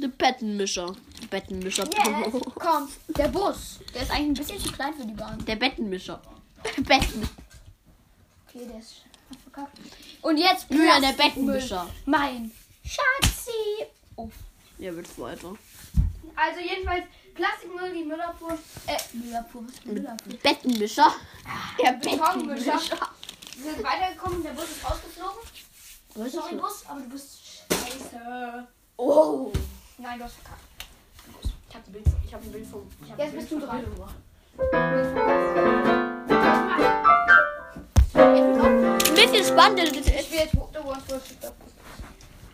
[SPEAKER 5] Der Bettenmischer. Der Bettenmischer.
[SPEAKER 1] Jetzt kommt der Bus. Der ist eigentlich ein bisschen zu klein für die Bahn.
[SPEAKER 5] Der Bettenmischer. Betten.
[SPEAKER 1] Okay, der ist hat verkackt. Und jetzt
[SPEAKER 5] Julia, der
[SPEAKER 1] Plastikmüll.
[SPEAKER 5] Bettenmischer.
[SPEAKER 1] Mein Schatzi. Oh.
[SPEAKER 5] Ja, wird's weiter.
[SPEAKER 1] Also jedenfalls Plastikmüll, die Müllabfuhr. Äh, Müllabfuhr, was ist denn Müllabfuhr?
[SPEAKER 5] Bettenmischer. Der
[SPEAKER 1] Betonmischer.
[SPEAKER 5] Bettenmischer.
[SPEAKER 1] Wir sind weitergekommen, der Bus ist ausgeflogen. Sorry, Bus, aber du bist scheiße.
[SPEAKER 5] Oh.
[SPEAKER 1] Nein, du hast verkackt.
[SPEAKER 2] Ich hab ein Bild, ich hab ein Bild vom. Ich hab ein
[SPEAKER 1] Jetzt bist du dran.
[SPEAKER 5] Ein bisschen spannend.
[SPEAKER 1] Ich will jetzt The One for Chicago.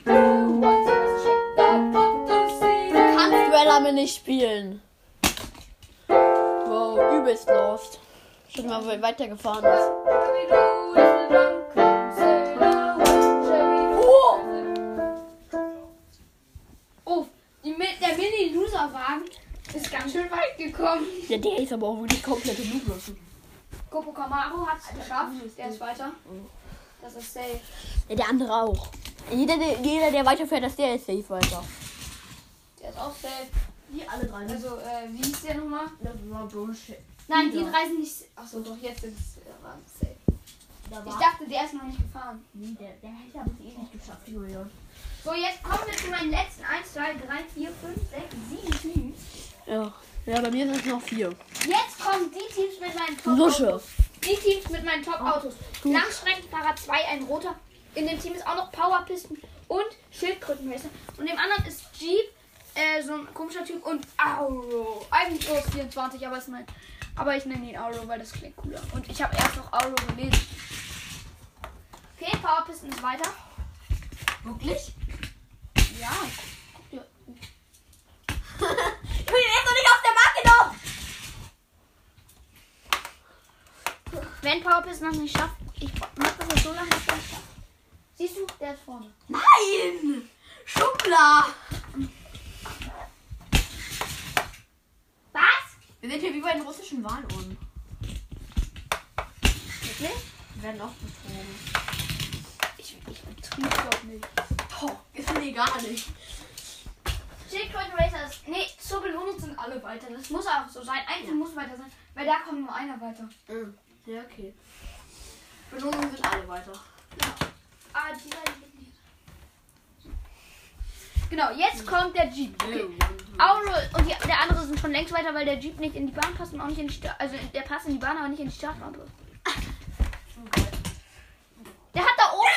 [SPEAKER 1] Who wants to check that what to see?
[SPEAKER 5] kannst Duell mir nicht spielen. Wow, übelst lost. Schon mal wo- weitergefahren ist.
[SPEAKER 1] Can we do it? The drunken sailor. Shall we do it? Oh, die, Mi- der Mini-Loser-Wagen ist ganz schön weit gekommen.
[SPEAKER 5] Ja, der ist aber auch wirklich komplett im Loop
[SPEAKER 1] Coco Camaro hat es geschafft. Der ist weiter. Das ist safe.
[SPEAKER 5] Ja, der andere auch. Jeder, der, jeder, der weiterfährt, als der ist safe weiter.
[SPEAKER 1] Der ist auch safe.
[SPEAKER 2] Die alle drei. ne?
[SPEAKER 1] Also, äh, wie hieß der nochmal?
[SPEAKER 2] Das war Bullshit.
[SPEAKER 1] Nein, die
[SPEAKER 2] Nieder.
[SPEAKER 1] drei sind nicht. Achso, doch, jetzt sind es äh, waren es safe.
[SPEAKER 2] Da
[SPEAKER 1] Ich
[SPEAKER 2] war.
[SPEAKER 1] dachte, der ist noch nicht gefahren.
[SPEAKER 2] nee, der, der hätte aber eh nicht geschafft, Julian.
[SPEAKER 1] So, jetzt kommen wir zu meinen letzten 1, 2, 3, 4, 5, 6, 7 Teams.
[SPEAKER 5] Ja. Ja, bei mir sind es noch vier.
[SPEAKER 1] Jetzt kommen die Teams mit meinen
[SPEAKER 5] Lusche.
[SPEAKER 1] Top-Autos. Die Teams mit meinen Top-Autos. Langstreckenfahrer 2, ein roter. In dem Team ist auch noch Powerpisten und Schildkrötenmesser. Und dem anderen ist Jeep, äh, so ein komischer Typ und Auro. Eigentlich bloß 24, aber ist mein. Aber ich nenne ihn Auro, weil das klingt cooler. Und ich habe erst noch Auro gelesen. Okay, Powerpisten ist weiter.
[SPEAKER 2] Wirklich?
[SPEAKER 1] Ja.
[SPEAKER 5] Ich bin jetzt noch nicht auf der Marke noch.
[SPEAKER 1] Wenn Powerpiss noch nicht schafft, ich mach das jetzt so lange, bis er es schafft. Siehst du, der ist vorne.
[SPEAKER 5] Nein! Schuppler!
[SPEAKER 1] Was?
[SPEAKER 2] Wir sind hier wie bei den russischen Wahlen.
[SPEAKER 1] Wirklich?
[SPEAKER 2] Wir werden auch betrogen.
[SPEAKER 1] Ich, ich betrieb doch nicht.
[SPEAKER 2] Oh, ist mir gar nicht.
[SPEAKER 1] Schildkröten Racers. Nee, zur Belohnung sind alle weiter. Das muss auch so sein. Einzel muss weiter sein, weil da kommt nur einer weiter.
[SPEAKER 2] Ja, okay. Belohnungen sind alle weiter.
[SPEAKER 1] Ah, die beiden sind hier. Genau, jetzt kommt der Jeep. Okay. Auro und die, der andere sind schon längst weiter, weil der Jeep nicht in die Bahn passt und auch nicht in die Sta Also der passt in die Bahn, aber nicht in die Startrampe.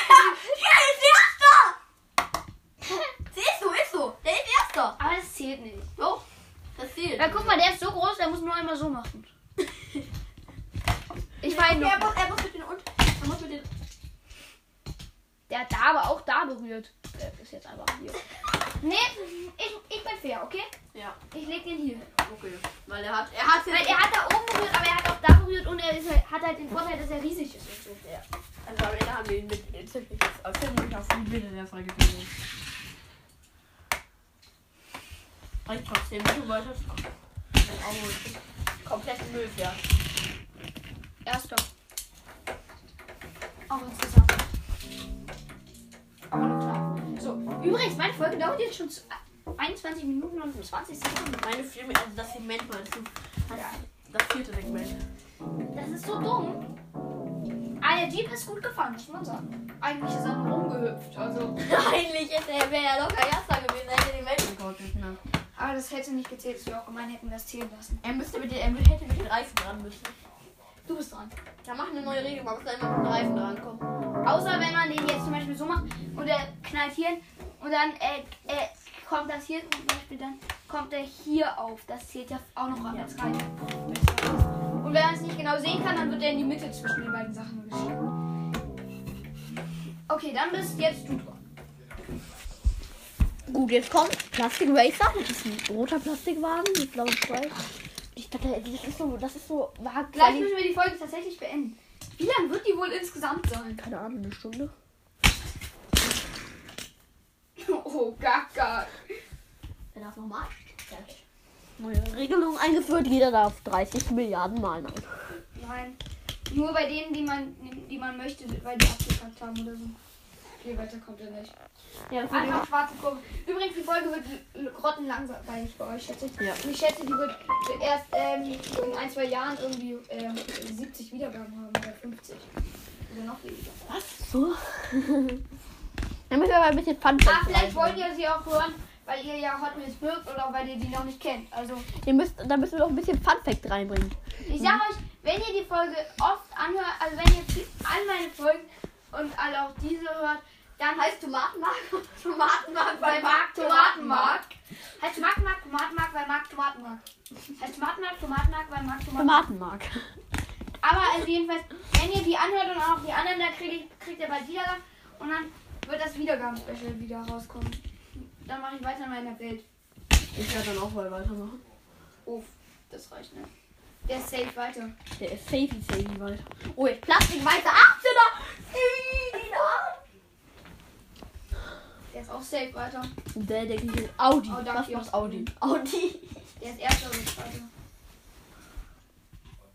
[SPEAKER 1] Na guck mal, der ist so groß, der muss nur einmal so machen. Ich meine,
[SPEAKER 2] Er
[SPEAKER 1] noch,
[SPEAKER 2] muss, er muss mit den und er muss mit den.
[SPEAKER 1] der hat da aber auch da berührt. Der ist jetzt einfach hier. Nee, ich, ich bin fair, okay?
[SPEAKER 2] Ja,
[SPEAKER 1] Ich leg den hier hin.
[SPEAKER 2] okay. Weil er hat, er hat
[SPEAKER 1] Weil er hat da oben berührt, aber er hat auch da berührt und er ist halt, hat halt den Vorteil, dass er riesig ist und so.
[SPEAKER 2] Also am Ende haben wir ihn mit äh, ziemlich auf 10 Minuten auf die Bilder der Folge gegeben. Reicht trotzdem, wenn du wolltest. Dann auch gut. Komplett Müll, ja.
[SPEAKER 1] Erster. Auch insgesamt. Aber nur knapp. So, übrigens, meine Folge dauert jetzt schon zu- 21 Minuten und 20 Sekunden.
[SPEAKER 2] Meine Filme, also das Segment war das, das vierte Segment.
[SPEAKER 1] Das ist so dumm. Ah, der Jeep ist gut gefahren, muss man sagen. Eigentlich ist er nur rumgehüpft, also.
[SPEAKER 2] Eigentlich ist er, wäre er locker Erster gewesen, er hätte den Weltrekord geknackt.
[SPEAKER 1] Aber das hätte nicht gezählt, dass wir auch immerhin hätten das zählen lassen.
[SPEAKER 2] Er müsste mit den, er hätte mit den Reifen dran müssen.
[SPEAKER 1] Du bist dran.
[SPEAKER 2] Da machen eine neue Regel, man muss da immer mit den Reifen dran kommen.
[SPEAKER 1] Außer wenn man den jetzt zum Beispiel so macht und er knallt hier hin und dann äh, äh, kommt das hier zum Beispiel, dann kommt er hier auf. Das zählt ja auch noch an als rein. Und wenn man es nicht genau sehen kann, dann wird er in die Mitte zwischen den beiden Sachen geschieden. Okay, dann bist jetzt du dran.
[SPEAKER 5] Gut, jetzt kommt Plastic Racer. Das ist ein roter Plastikwagen mit blauem Streifen. Ich dachte, das ist so, das ist so, war halt
[SPEAKER 1] Gleich müssen wir die Folge tatsächlich beenden. Wie lang wird die wohl insgesamt sein?
[SPEAKER 5] keine Ahnung, eine Stunde.
[SPEAKER 1] Oh, gaga.
[SPEAKER 2] Er darf nochmal. Ja. Oh
[SPEAKER 5] Neue Regelung eingeführt, jeder darf 30 Milliarden Mal nein.
[SPEAKER 1] Nein. Nur bei denen, die man, die man möchte, weil die abgekackt haben oder so. Viel weiter kommt er nicht.
[SPEAKER 5] Ja,
[SPEAKER 1] Einfach schwarze Kurve. Übrigens, die Folge wird l- grottenlangweilig bei euch, schätze ich.
[SPEAKER 2] Ja.
[SPEAKER 1] Und Ich schätze, die wird erst ähm, in ein, zwei Jahren irgendwie ähm, 70 Wiedergaben haben oder 50. Oder noch weniger.
[SPEAKER 5] so. Dann müssen wir aber ein bisschen Fun
[SPEAKER 1] Ah, vielleicht wollt ihr sie auch hören, weil ihr ja Hot Wheels mögt oder weil ihr die noch nicht kennt. Also,
[SPEAKER 5] Ihr müsst, da müssen wir noch ein bisschen Fun Fact reinbringen.
[SPEAKER 1] ich sag euch, wenn ihr die Folge oft anhört, also wenn ihr viel- all meine Folgen und alle auch diese hört, dann heißt Tomatenmark Tomatenmark, weil Mark Tomatenmark. Heißt Tomatenmark Tomatenmark, weil Mark Tomatenmark. Heißt Tomatenmark Tomatenmark, weil Mark Tomatenmark.
[SPEAKER 5] Tomatenmark.
[SPEAKER 1] Aber also jedenfalls, wenn ihr die anhört und auch die anderen, dann krieg ich, kriegt ihr bald Wiedergaben. Und dann wird das Wiedergaben-Special wieder rauskommen. Dann mache ich weiter in meiner Welt.
[SPEAKER 2] Ich werde dann auch mal weitermachen.
[SPEAKER 1] Oh, das reicht, ne? Der ist safe weiter.
[SPEAKER 5] Der ist safe, safe weiter. Oh, jetzt Plastik Ah, weiter 18er.
[SPEAKER 1] Der ist auch safe weiter.
[SPEAKER 5] Und der denkt sich Audi.
[SPEAKER 1] Oh, danke,
[SPEAKER 5] Was
[SPEAKER 1] Jungs.
[SPEAKER 5] macht Audi? Audi.
[SPEAKER 1] Der ist erster oder zweiter.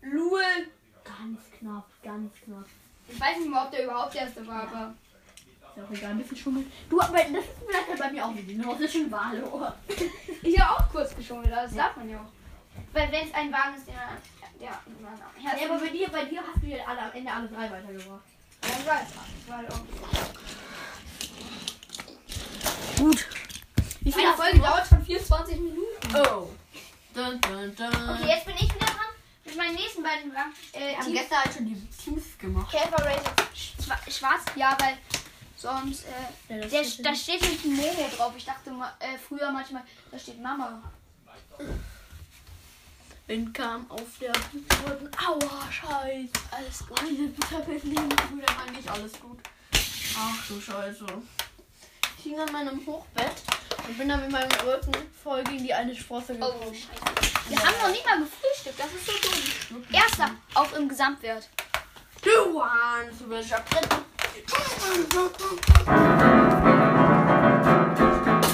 [SPEAKER 1] Lul.
[SPEAKER 2] Ganz knapp, ganz knapp.
[SPEAKER 1] Ich weiß nicht mal, ob der überhaupt erste war, aber.
[SPEAKER 2] Ist ja auch egal, ein bisschen schummeln. Du, aber das ist vielleicht ja bei mir auch mit dem russischen Wahlohr.
[SPEAKER 1] Ich habe auch kurz geschummelt, aber das darf man ja auch. Weil wenn es ein Wagen ist, der. Der.
[SPEAKER 2] Ja,
[SPEAKER 1] Ja,
[SPEAKER 2] aber bei dir, bei dir hast du ja alle, am Ende alle drei weitergebracht.
[SPEAKER 1] ich weiß. Ich war halt auch.
[SPEAKER 5] Gut.
[SPEAKER 2] Wie
[SPEAKER 1] Meine Folge dauert schon 24 Minuten.
[SPEAKER 2] Oh. Dun,
[SPEAKER 1] Okay,
[SPEAKER 2] dun, dun.
[SPEAKER 1] jetzt bin ich wieder dran mit meinen nächsten beiden Wagen. Äh,
[SPEAKER 2] Wir haben
[SPEAKER 1] Team
[SPEAKER 2] gestern halt schon die Teams gemacht.
[SPEAKER 1] Käfer Racing Schwa schwarz, ja, weil sonst, äh,
[SPEAKER 5] Ja,
[SPEAKER 1] der, da steht nicht Momo drauf. Ich dachte mal, äh, früher manchmal, da steht Mama.
[SPEAKER 2] Wind kam auf der Boden. Aua, scheiße. Alles gut. Meine Bitterbissen Brüder war nicht alles gut. Ach du Scheiße. Ich hing an meinem Hochbett und bin dann mit meinem Rücken voll gegen die eine Sprosse
[SPEAKER 1] Oh,
[SPEAKER 2] gekommen.
[SPEAKER 1] Wir haben noch nicht mal gefrühstückt, das ist so dumm. Erster, auch im Gesamtwert.
[SPEAKER 2] Du Hans, du bist ja drin.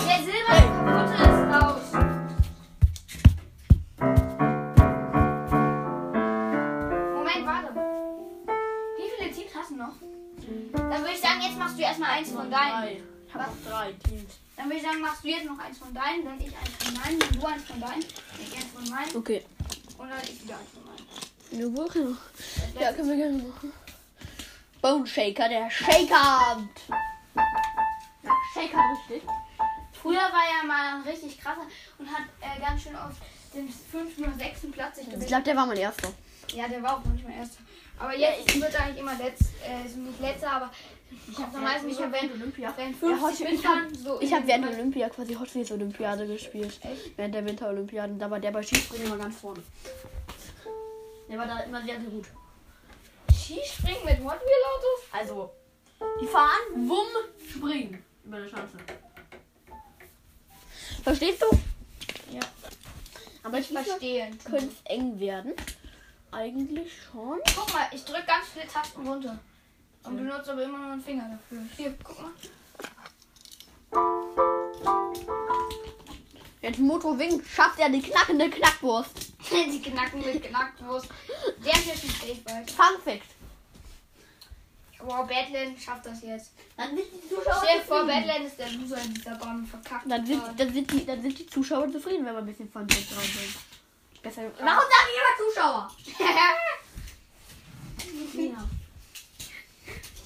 [SPEAKER 1] Der silberne Kaputte ist raus. Moment, warte. Wie viele Teams hast du noch? Dann würde ich sagen, jetzt machst du erstmal eins von deinen.
[SPEAKER 2] Drei. Ich hab noch drei Teams.
[SPEAKER 1] Dann würde ich sagen, machst du jetzt noch eins von deinen, dann ich eins von meinen, dann du eins von deinen, dann ich eins von meinen
[SPEAKER 5] Okay.
[SPEAKER 1] und dann ich wieder eins von meinen.
[SPEAKER 5] Eine Wolke.
[SPEAKER 1] Das
[SPEAKER 5] Ja,
[SPEAKER 1] letzte-
[SPEAKER 5] können wir gerne machen. Bone Shaker, der Shaker. Shaker richtig.
[SPEAKER 1] Früher war ja mal ein richtig krasser und hat äh, ganz schön auf den fünften oder sechsten Platz sich
[SPEAKER 5] Also Ich
[SPEAKER 1] gebildet.
[SPEAKER 5] glaube, der war mein erster.
[SPEAKER 1] Ja, der war auch manchmal erster. Aber jetzt wird er eigentlich immer letzt, äh, ist also nicht letzter, aber Ich habe damals nicht erwähnt,
[SPEAKER 2] Olympia.
[SPEAKER 1] wenn
[SPEAKER 5] Ja,
[SPEAKER 1] 50
[SPEAKER 5] heute-
[SPEAKER 1] Mitfahren so.
[SPEAKER 5] Ich
[SPEAKER 1] in
[SPEAKER 5] habe
[SPEAKER 1] den
[SPEAKER 5] während der
[SPEAKER 1] Sommer-
[SPEAKER 5] Olympia quasi Hot Wheels Olympiade gespielt.
[SPEAKER 1] Echt?
[SPEAKER 5] Während der Winterolympiade. Da war der bei Skispringen immer ganz vorne.
[SPEAKER 2] Der war da immer sehr, sehr gut.
[SPEAKER 1] Skispringen mit Hot Wheel Autos?
[SPEAKER 2] Also, die fahren, wumm, springen. Über eine Schanze.
[SPEAKER 5] Verstehst du?
[SPEAKER 1] Ja.
[SPEAKER 5] Aber ich verstehe.
[SPEAKER 1] Verstehen.
[SPEAKER 5] Könnte es eng werden. Eigentlich schon.
[SPEAKER 1] Guck mal, ich drück ganz viele Tasten runter. Und benutze aber immer nur einen Finger dafür. Hier, guck mal.
[SPEAKER 5] Jetzt Motor winkt, schafft er die knackende Knackwurst.
[SPEAKER 1] Die knacken mit Knackwurst. Der hier schießt echt bald.
[SPEAKER 5] Fun Fact.
[SPEAKER 1] Wow, Badland schafft das jetzt.
[SPEAKER 2] Dann sind die Zuschauer
[SPEAKER 1] Stell dir vor,
[SPEAKER 2] zufrieden.
[SPEAKER 1] Badland ist der Loser in dieser Bahn und verkackt.
[SPEAKER 5] Dann sind,
[SPEAKER 1] total.
[SPEAKER 5] dann, sind die, dann sind die Zuschauer zufrieden, wenn man ein bisschen Fun Fact reinbringt. Besser.
[SPEAKER 2] Warum sage ich immer Zuschauer? Ja.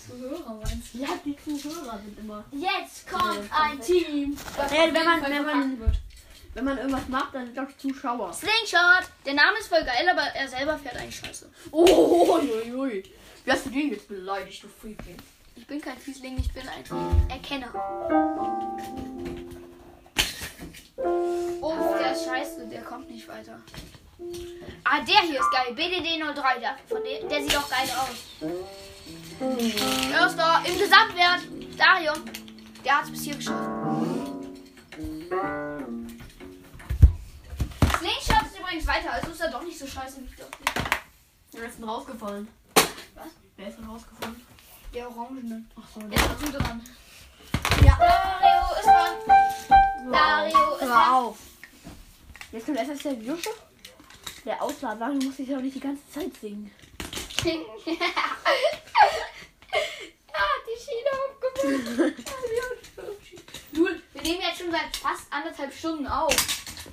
[SPEAKER 1] Zuhörer meinst
[SPEAKER 2] Ja, die Zuhörer sind immer.
[SPEAKER 1] du? Jetzt kommt ein Team. das
[SPEAKER 5] Ja,
[SPEAKER 1] auf
[SPEAKER 5] wenn
[SPEAKER 1] jeden
[SPEAKER 5] man-
[SPEAKER 1] Fall
[SPEAKER 5] wenn man-
[SPEAKER 1] verkackt wird.
[SPEAKER 5] Wenn man irgendwas macht, dann sind das Zuschauer.
[SPEAKER 1] Slingshot. Der Name ist voll geil, aber er selber fährt eigentlich scheiße.
[SPEAKER 5] Oh,
[SPEAKER 2] Wie hast du den jetzt beleidigt, du Freaking?
[SPEAKER 1] Ich bin kein Fiesling, ich bin ein Erkenner. Oh, der ist scheiße, der kommt nicht weiter. Ah, der hier ist geil. BDD03, der, von dem, der sieht doch geil aus. Der ist doch im Gesamtwert. Dario, der hat es bis hier geschafft. Slingshot ist übrigens weiter, also ist er doch nicht so scheiße wie ich dachte.
[SPEAKER 2] Wer ist denn rausgefallen?
[SPEAKER 1] Was?
[SPEAKER 2] Wer ist denn rausgefallen?
[SPEAKER 1] Der Orangene.
[SPEAKER 2] ne? Ach so,
[SPEAKER 1] Jetzt bist du dran. Dario ist dran. Dario ist
[SPEAKER 5] Hör
[SPEAKER 1] dran.
[SPEAKER 5] auf. Jetzt kommt erst der Jusche. Der Auslader muss ich ja auch nicht die ganze Zeit singen.
[SPEAKER 1] ah, die Schiene aufgemacht. du, wir nehmen jetzt schon seit fast anderthalb Stunden auf.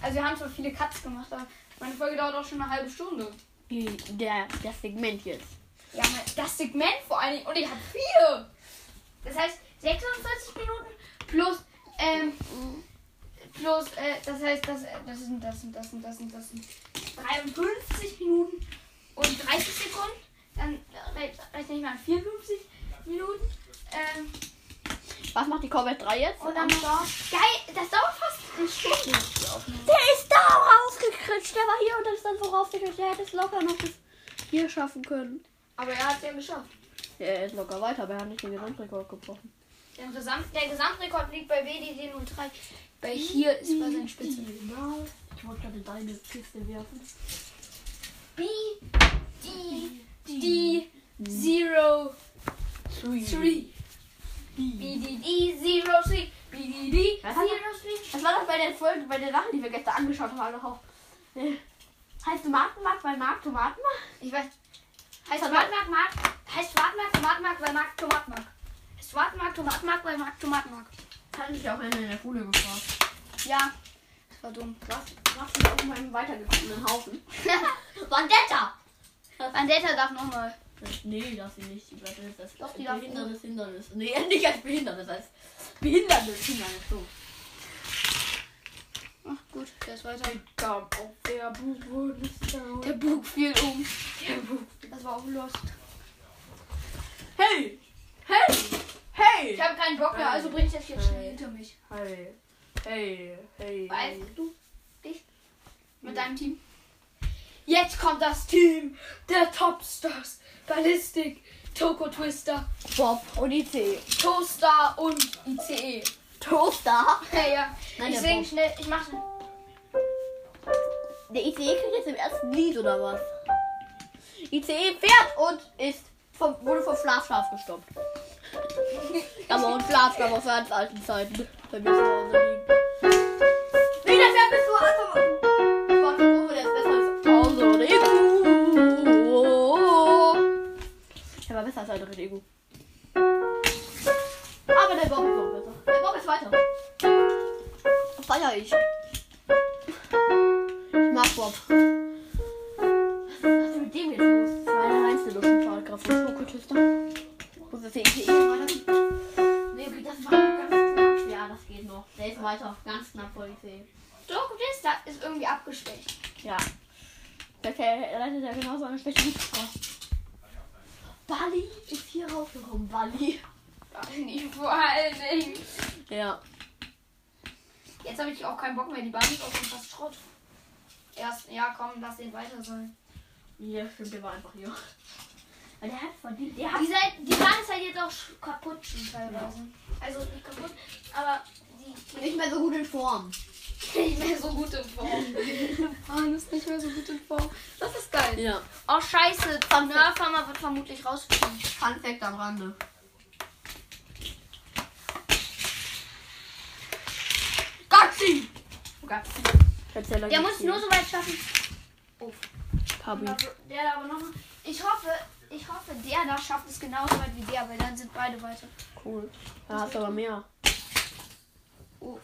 [SPEAKER 1] Also wir haben zwar viele Cuts gemacht, aber meine Folge dauert auch schon eine halbe Stunde.
[SPEAKER 5] Die, der, das Segment jetzt.
[SPEAKER 1] Ja, mein- das Segment vor allen Dingen. Und ich habe vier. Das heißt, 46 Minuten plus, ähm, plus, äh, das heißt, das, das sind, das sind, das sind, das sind, das sind 53 Minuten und 30 Sekunden. Dann äh, re- rechne ich mal 54 Minuten. Ähm,
[SPEAKER 5] Was macht die Corvette 3 jetzt?
[SPEAKER 1] und dann dauert, geil, das dauert fast eine Stunde. die Aufnahme.
[SPEAKER 5] der ist da rausgekritscht. Der war hier und dann ist dann so rausgekritscht. Der hätte es locker noch bis hier schaffen können.
[SPEAKER 1] Aber er hat es ja geschafft.
[SPEAKER 5] Er ist locker weiter, aber er hat nicht den Gesamtrekord gebrochen.
[SPEAKER 1] Der, Gesamt, der Gesamtrekord liegt bei WDD 03. Bei hier ist bei seinen Spitzen.
[SPEAKER 2] Ich wollte gerade deine Kiste werfen.
[SPEAKER 1] B, D, D, 0, 3. B, D, D, 0, 3. B, D, D, 0,
[SPEAKER 5] Was hat
[SPEAKER 1] 3.
[SPEAKER 5] Das war doch bei der Folge, bei der Sache, die wir gestern angeschaut haben, auch. Äh, Heißt Tomatenmarkt, weil Markt Tomaten macht?
[SPEAKER 1] Ich weiß. Heißt Wartmark, Mark. Heißt Wartmark, Tomatmark, weil Mark, Tomatmark. Heißt Wartmark, Tomatmark, weil Mark, Tomatmark.
[SPEAKER 2] Hat mich auch einer in der Schule gefragt.
[SPEAKER 1] Ja. Das war dumm.
[SPEAKER 5] Was machst du auf meinem weitergekommenen Haufen?
[SPEAKER 1] Vandetta! Vandetta darf nochmal.
[SPEAKER 2] Äh, Nee, das sie nicht. Die bleibt jetzt als
[SPEAKER 1] Doch, die darf
[SPEAKER 2] Behindernis, Hindernis. Nee, nicht als Behindernis, als Behindernis, Hindernis. So.
[SPEAKER 1] Ach gut, der ist weiter.
[SPEAKER 2] Kam auf der Buchbundesliste.
[SPEAKER 1] Der Bug fiel um. Das war auch lost.
[SPEAKER 2] Hey! Hey! Hey!
[SPEAKER 1] Ich habe keinen Bock mehr, also bring ich das jetzt schnell hinter mich.
[SPEAKER 2] Hey! Hey! Hey!
[SPEAKER 1] Beeilst du dich mit deinem Team? Jetzt kommt das Team der Topstars. Ballistik, Toko Twister,
[SPEAKER 5] Bob und IC.
[SPEAKER 1] Toaster und ICE.
[SPEAKER 5] Toaster.
[SPEAKER 1] Ja, ja.
[SPEAKER 5] Nein,
[SPEAKER 1] ich
[SPEAKER 5] der
[SPEAKER 1] sing
[SPEAKER 5] Bob.
[SPEAKER 1] schnell. Ich mache
[SPEAKER 5] Der ICE kriegt jetzt im ersten Lied oder was? ICE fährt und ist vom, wurde vom Schlafschaf gestoppt. Aber und Schlafschaf aus ganz alten Zeiten. Wenn wir zu Hause liegen. Nee, das wäre bis zur Anfang. Von Ruhe, der ist besser als Hause oder Ego. Der war besser als andere Ego. Aber der Bob ist noch besser. Der Bob ist weiter. Feier ich. Ich mag Bob. Was ist mit dem jetzt los? Das war der reinste Luftfahrtkraft von Schokotüster. Wo ist das hier? Hier, hier, weiter.
[SPEAKER 2] Nee, okay, das war ganz knapp. Ja, das geht noch. Der ist weiter. Ganz knapp vor IC.
[SPEAKER 1] Toko Twister ist irgendwie abgeschwächt.
[SPEAKER 5] Ja. Der Kerl leitet ja genauso eine schlechte Luftfahrt. Bali ist hier rausgekommen. Bali. Ja.
[SPEAKER 1] Jetzt habe ich auch keinen Bock mehr. Die Bahn ist auch schon fast Schrott. Erst, ja, komm, lass den weiter sein.
[SPEAKER 2] Ja, stimmt, der war einfach hier. Weil der hat verdient. Der hat
[SPEAKER 1] Die, Seite, die Bahn ist halt jetzt auch sch- kaputt schon teilweise. Also nicht kaputt, aber die geht
[SPEAKER 5] Nicht mehr so gut in Form.
[SPEAKER 1] nicht mehr so gut in Form. Ah,
[SPEAKER 3] Mann, ist nicht mehr so gut in Form.
[SPEAKER 1] Das ist geil.
[SPEAKER 5] Ja.
[SPEAKER 1] Oh, scheiße. Nerfarmer wird vermutlich rausfliegen.
[SPEAKER 5] Fun Fact am Rande.
[SPEAKER 2] Gaxi!
[SPEAKER 1] Oh Gott.
[SPEAKER 3] Erzähl
[SPEAKER 1] Der muss nur so weit schaffen.
[SPEAKER 3] Pabi.
[SPEAKER 1] Aber Der da aber noch mal. Ich hoffe, ich hoffe, der da schafft es genauso weit wie der, weil dann sind beide weiter.
[SPEAKER 5] Cool. Da hast du aber mehr.
[SPEAKER 1] Oh.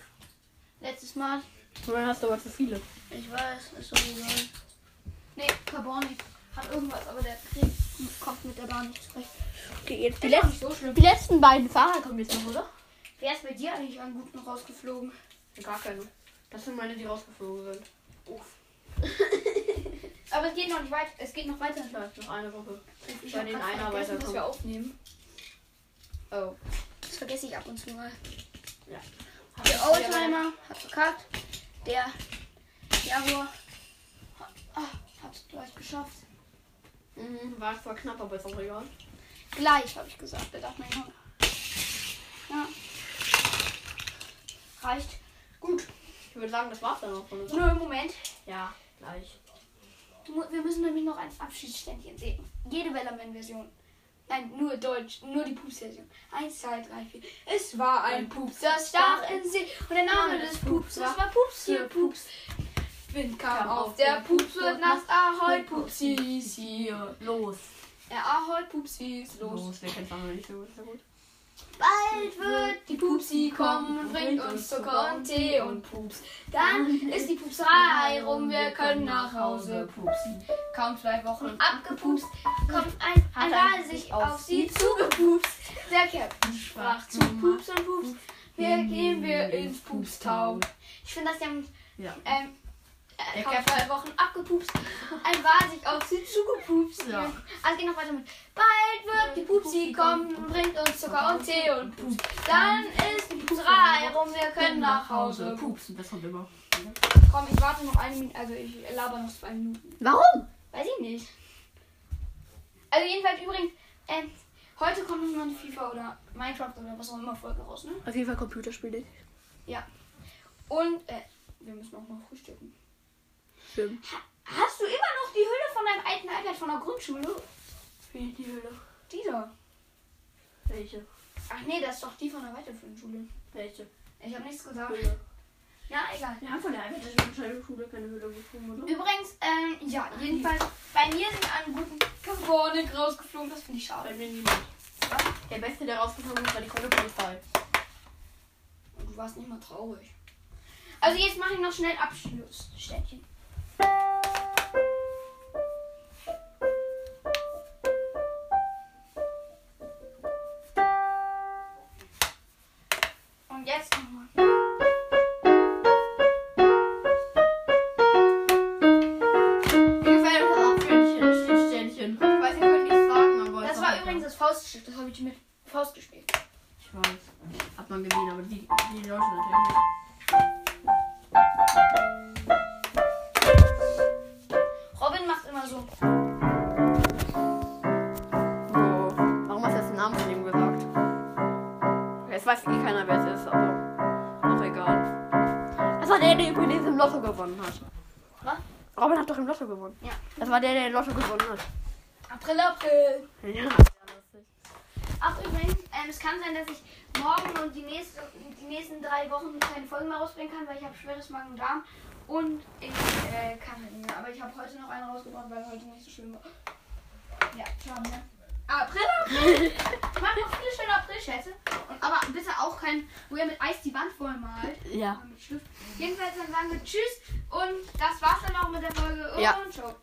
[SPEAKER 1] Letztes Mal.
[SPEAKER 5] Und dann hast du aber zu viele.
[SPEAKER 1] Ich weiß, ist so egal. Nee, Carboni hat irgendwas, aber der Krieg kommt mit der Bahn nicht zurecht.
[SPEAKER 5] Okay, jetzt die,
[SPEAKER 1] Ist auch
[SPEAKER 5] letzten,
[SPEAKER 1] nicht so schlimm.
[SPEAKER 5] die letzten beiden Fahrer kommen jetzt noch, oder?
[SPEAKER 1] Wer ist bei dir eigentlich an guten rausgeflogen?
[SPEAKER 2] Gar keine. Das sind meine, die rausgeflogen sind.
[SPEAKER 1] Aber es geht noch nicht weit. Es geht noch weiter.
[SPEAKER 2] Ich weiß, noch eine Woche.
[SPEAKER 1] Ich
[SPEAKER 2] Bei
[SPEAKER 1] hab
[SPEAKER 2] den
[SPEAKER 1] grad
[SPEAKER 2] einer
[SPEAKER 1] vergessen, dass
[SPEAKER 2] weiterkommen.
[SPEAKER 1] wir aufnehmen.
[SPEAKER 2] Oh.
[SPEAKER 1] Das vergesse ich ab und zu mal.
[SPEAKER 2] Ja.
[SPEAKER 1] Der Oldtimer hat verkackt. Der Jaguar hat, ah, hat gleich geschafft.
[SPEAKER 2] Mhm, war voll knapp, aber ist auch egal.
[SPEAKER 1] Gleich, habe ich gesagt. Da dachte man, ja. ja. Reicht.
[SPEAKER 2] Gut. Ich würde sagen, das war's dann auch von uns.
[SPEAKER 1] Nur im Moment.
[SPEAKER 2] Ja, gleich.
[SPEAKER 1] Mu- Wir müssen nämlich noch ein Abschiedsständchen sehen. Jede Wellerman-Version. Nein, nur Deutsch, nur die Pups-Version. Eins, zwei, drei, vier. Es war ein Pups, das stach in See. Und der Name des Pupses war Pups, hier Pups. Wind kam auf, der Pups wird nass. Ahoi, Pupsis, hier.
[SPEAKER 2] Los.
[SPEAKER 1] Ja, ahoi, Pupsis, los.
[SPEAKER 2] Los, wir kennen es auch noch nicht so gut. Sehr gut.
[SPEAKER 1] Bald wird die Pupsi kommen und bringt uns Zucker und Tee und Pups. Dann ist die Pupserei rum, wir können nach Hause pupsen. Kaum zwei Wochen abgepupst, kommt ein Anal sich auf sie Hm. zugepupst. Der Captain sprach zu Pups und Pups, wir gehen wir ins Pupstau. Ich finde, dass der
[SPEAKER 2] Ja.
[SPEAKER 1] ähm, äh,
[SPEAKER 2] Der
[SPEAKER 1] kaum zwei Wochen abgepupst, ein Wal sich auf sie zugepupst.
[SPEAKER 2] Ja.
[SPEAKER 1] Also geht noch weiter mit. Bald wird die Pupsi kommen und bringt uns Zucker und Tee und Pups. Dann ist die Pupserei rum, wir können nach Hause.
[SPEAKER 2] Pupsen, das kommt immer.
[SPEAKER 1] Komm, ich warte noch eine Minute, also ich laber noch zwei Minuten.
[SPEAKER 5] Warum?
[SPEAKER 1] Weiß ich nicht. Also jedenfalls übrigens, ähm, heute kommt noch mal eine FIFA oder Minecraft oder was auch immer Folge raus, ne?
[SPEAKER 3] Auf jeden Fall Computerspiele.
[SPEAKER 1] Und, äh, wir müssen auch mal frühstücken.
[SPEAKER 3] Schlimm.
[SPEAKER 1] Hast du immer noch die Hülle von deinem alten iPad von der Grundschule?
[SPEAKER 2] Wie die Hülle.
[SPEAKER 1] Die da.
[SPEAKER 2] Welche?
[SPEAKER 1] Ach nee, das ist doch die von der weiterführenden Schule.
[SPEAKER 2] Welche?
[SPEAKER 1] Ich habe nichts gesagt.
[SPEAKER 2] Hülle.
[SPEAKER 1] Na, egal.
[SPEAKER 2] Wir haben von der einfachen Schule keine Hülle bekommen, oder?
[SPEAKER 1] Übrigens, ähm, ja, jedenfalls, bei mir sind an guten Karbonik rausgeflogen, das finde ich schade.
[SPEAKER 2] Bei mir niemand. Der Beste, der rausgekommen ist, war die Kontopolizei.
[SPEAKER 1] Und du warst nicht mal traurig. Also jetzt mache ich noch schnell Abschlussständchen. Und jetzt nochmal.
[SPEAKER 2] Ungefähr ein Ständchen. äh, Ich weiß, ich wollte nichts sagen, aber.
[SPEAKER 1] Das
[SPEAKER 2] ist
[SPEAKER 1] war
[SPEAKER 2] auch
[SPEAKER 1] übrigens das Fauststück, das habe ich mit Faust gespielt.
[SPEAKER 2] egal. Ich weiß. Hat man gesehen, aber die, die Leute natürlich nicht.
[SPEAKER 1] Robin macht immer so.
[SPEAKER 5] So. Oh, Warum hast du jetzt den Namen von ihm gesagt? Jetzt weiß eh keiner, wer es ist, aber auch egal. Das war der, der übrigens im Lotto gewonnen hat.
[SPEAKER 1] Was?
[SPEAKER 5] Robin hat doch im Lotto gewonnen.
[SPEAKER 1] Ja.
[SPEAKER 5] Das war der, der im Lotto gewonnen hat.
[SPEAKER 1] April, April.
[SPEAKER 5] Ja.
[SPEAKER 1] Ach übrigens, ähm, es kann sein, dass ich morgen und die, nächste, die nächsten drei Wochen keine Folgen mehr rausbringen kann, weil ich habe schweres Magen und Darm und ich äh, kann halt nicht mehr. Aber ich habe heute noch einen rausgebracht, weil heute nicht so schön war. Ja, schade, ne? April, April! Ich mache noch viele schöne April-Schätze. Und aber bitte auch kein, wo ihr mit Eis die Wand voll malt.
[SPEAKER 5] Ja.
[SPEAKER 1] Oder Mit Stift. Jedenfalls dann sagen wir Tschüss und das war's dann auch mit der Folge. Und
[SPEAKER 5] Ja.
[SPEAKER 1] ciao.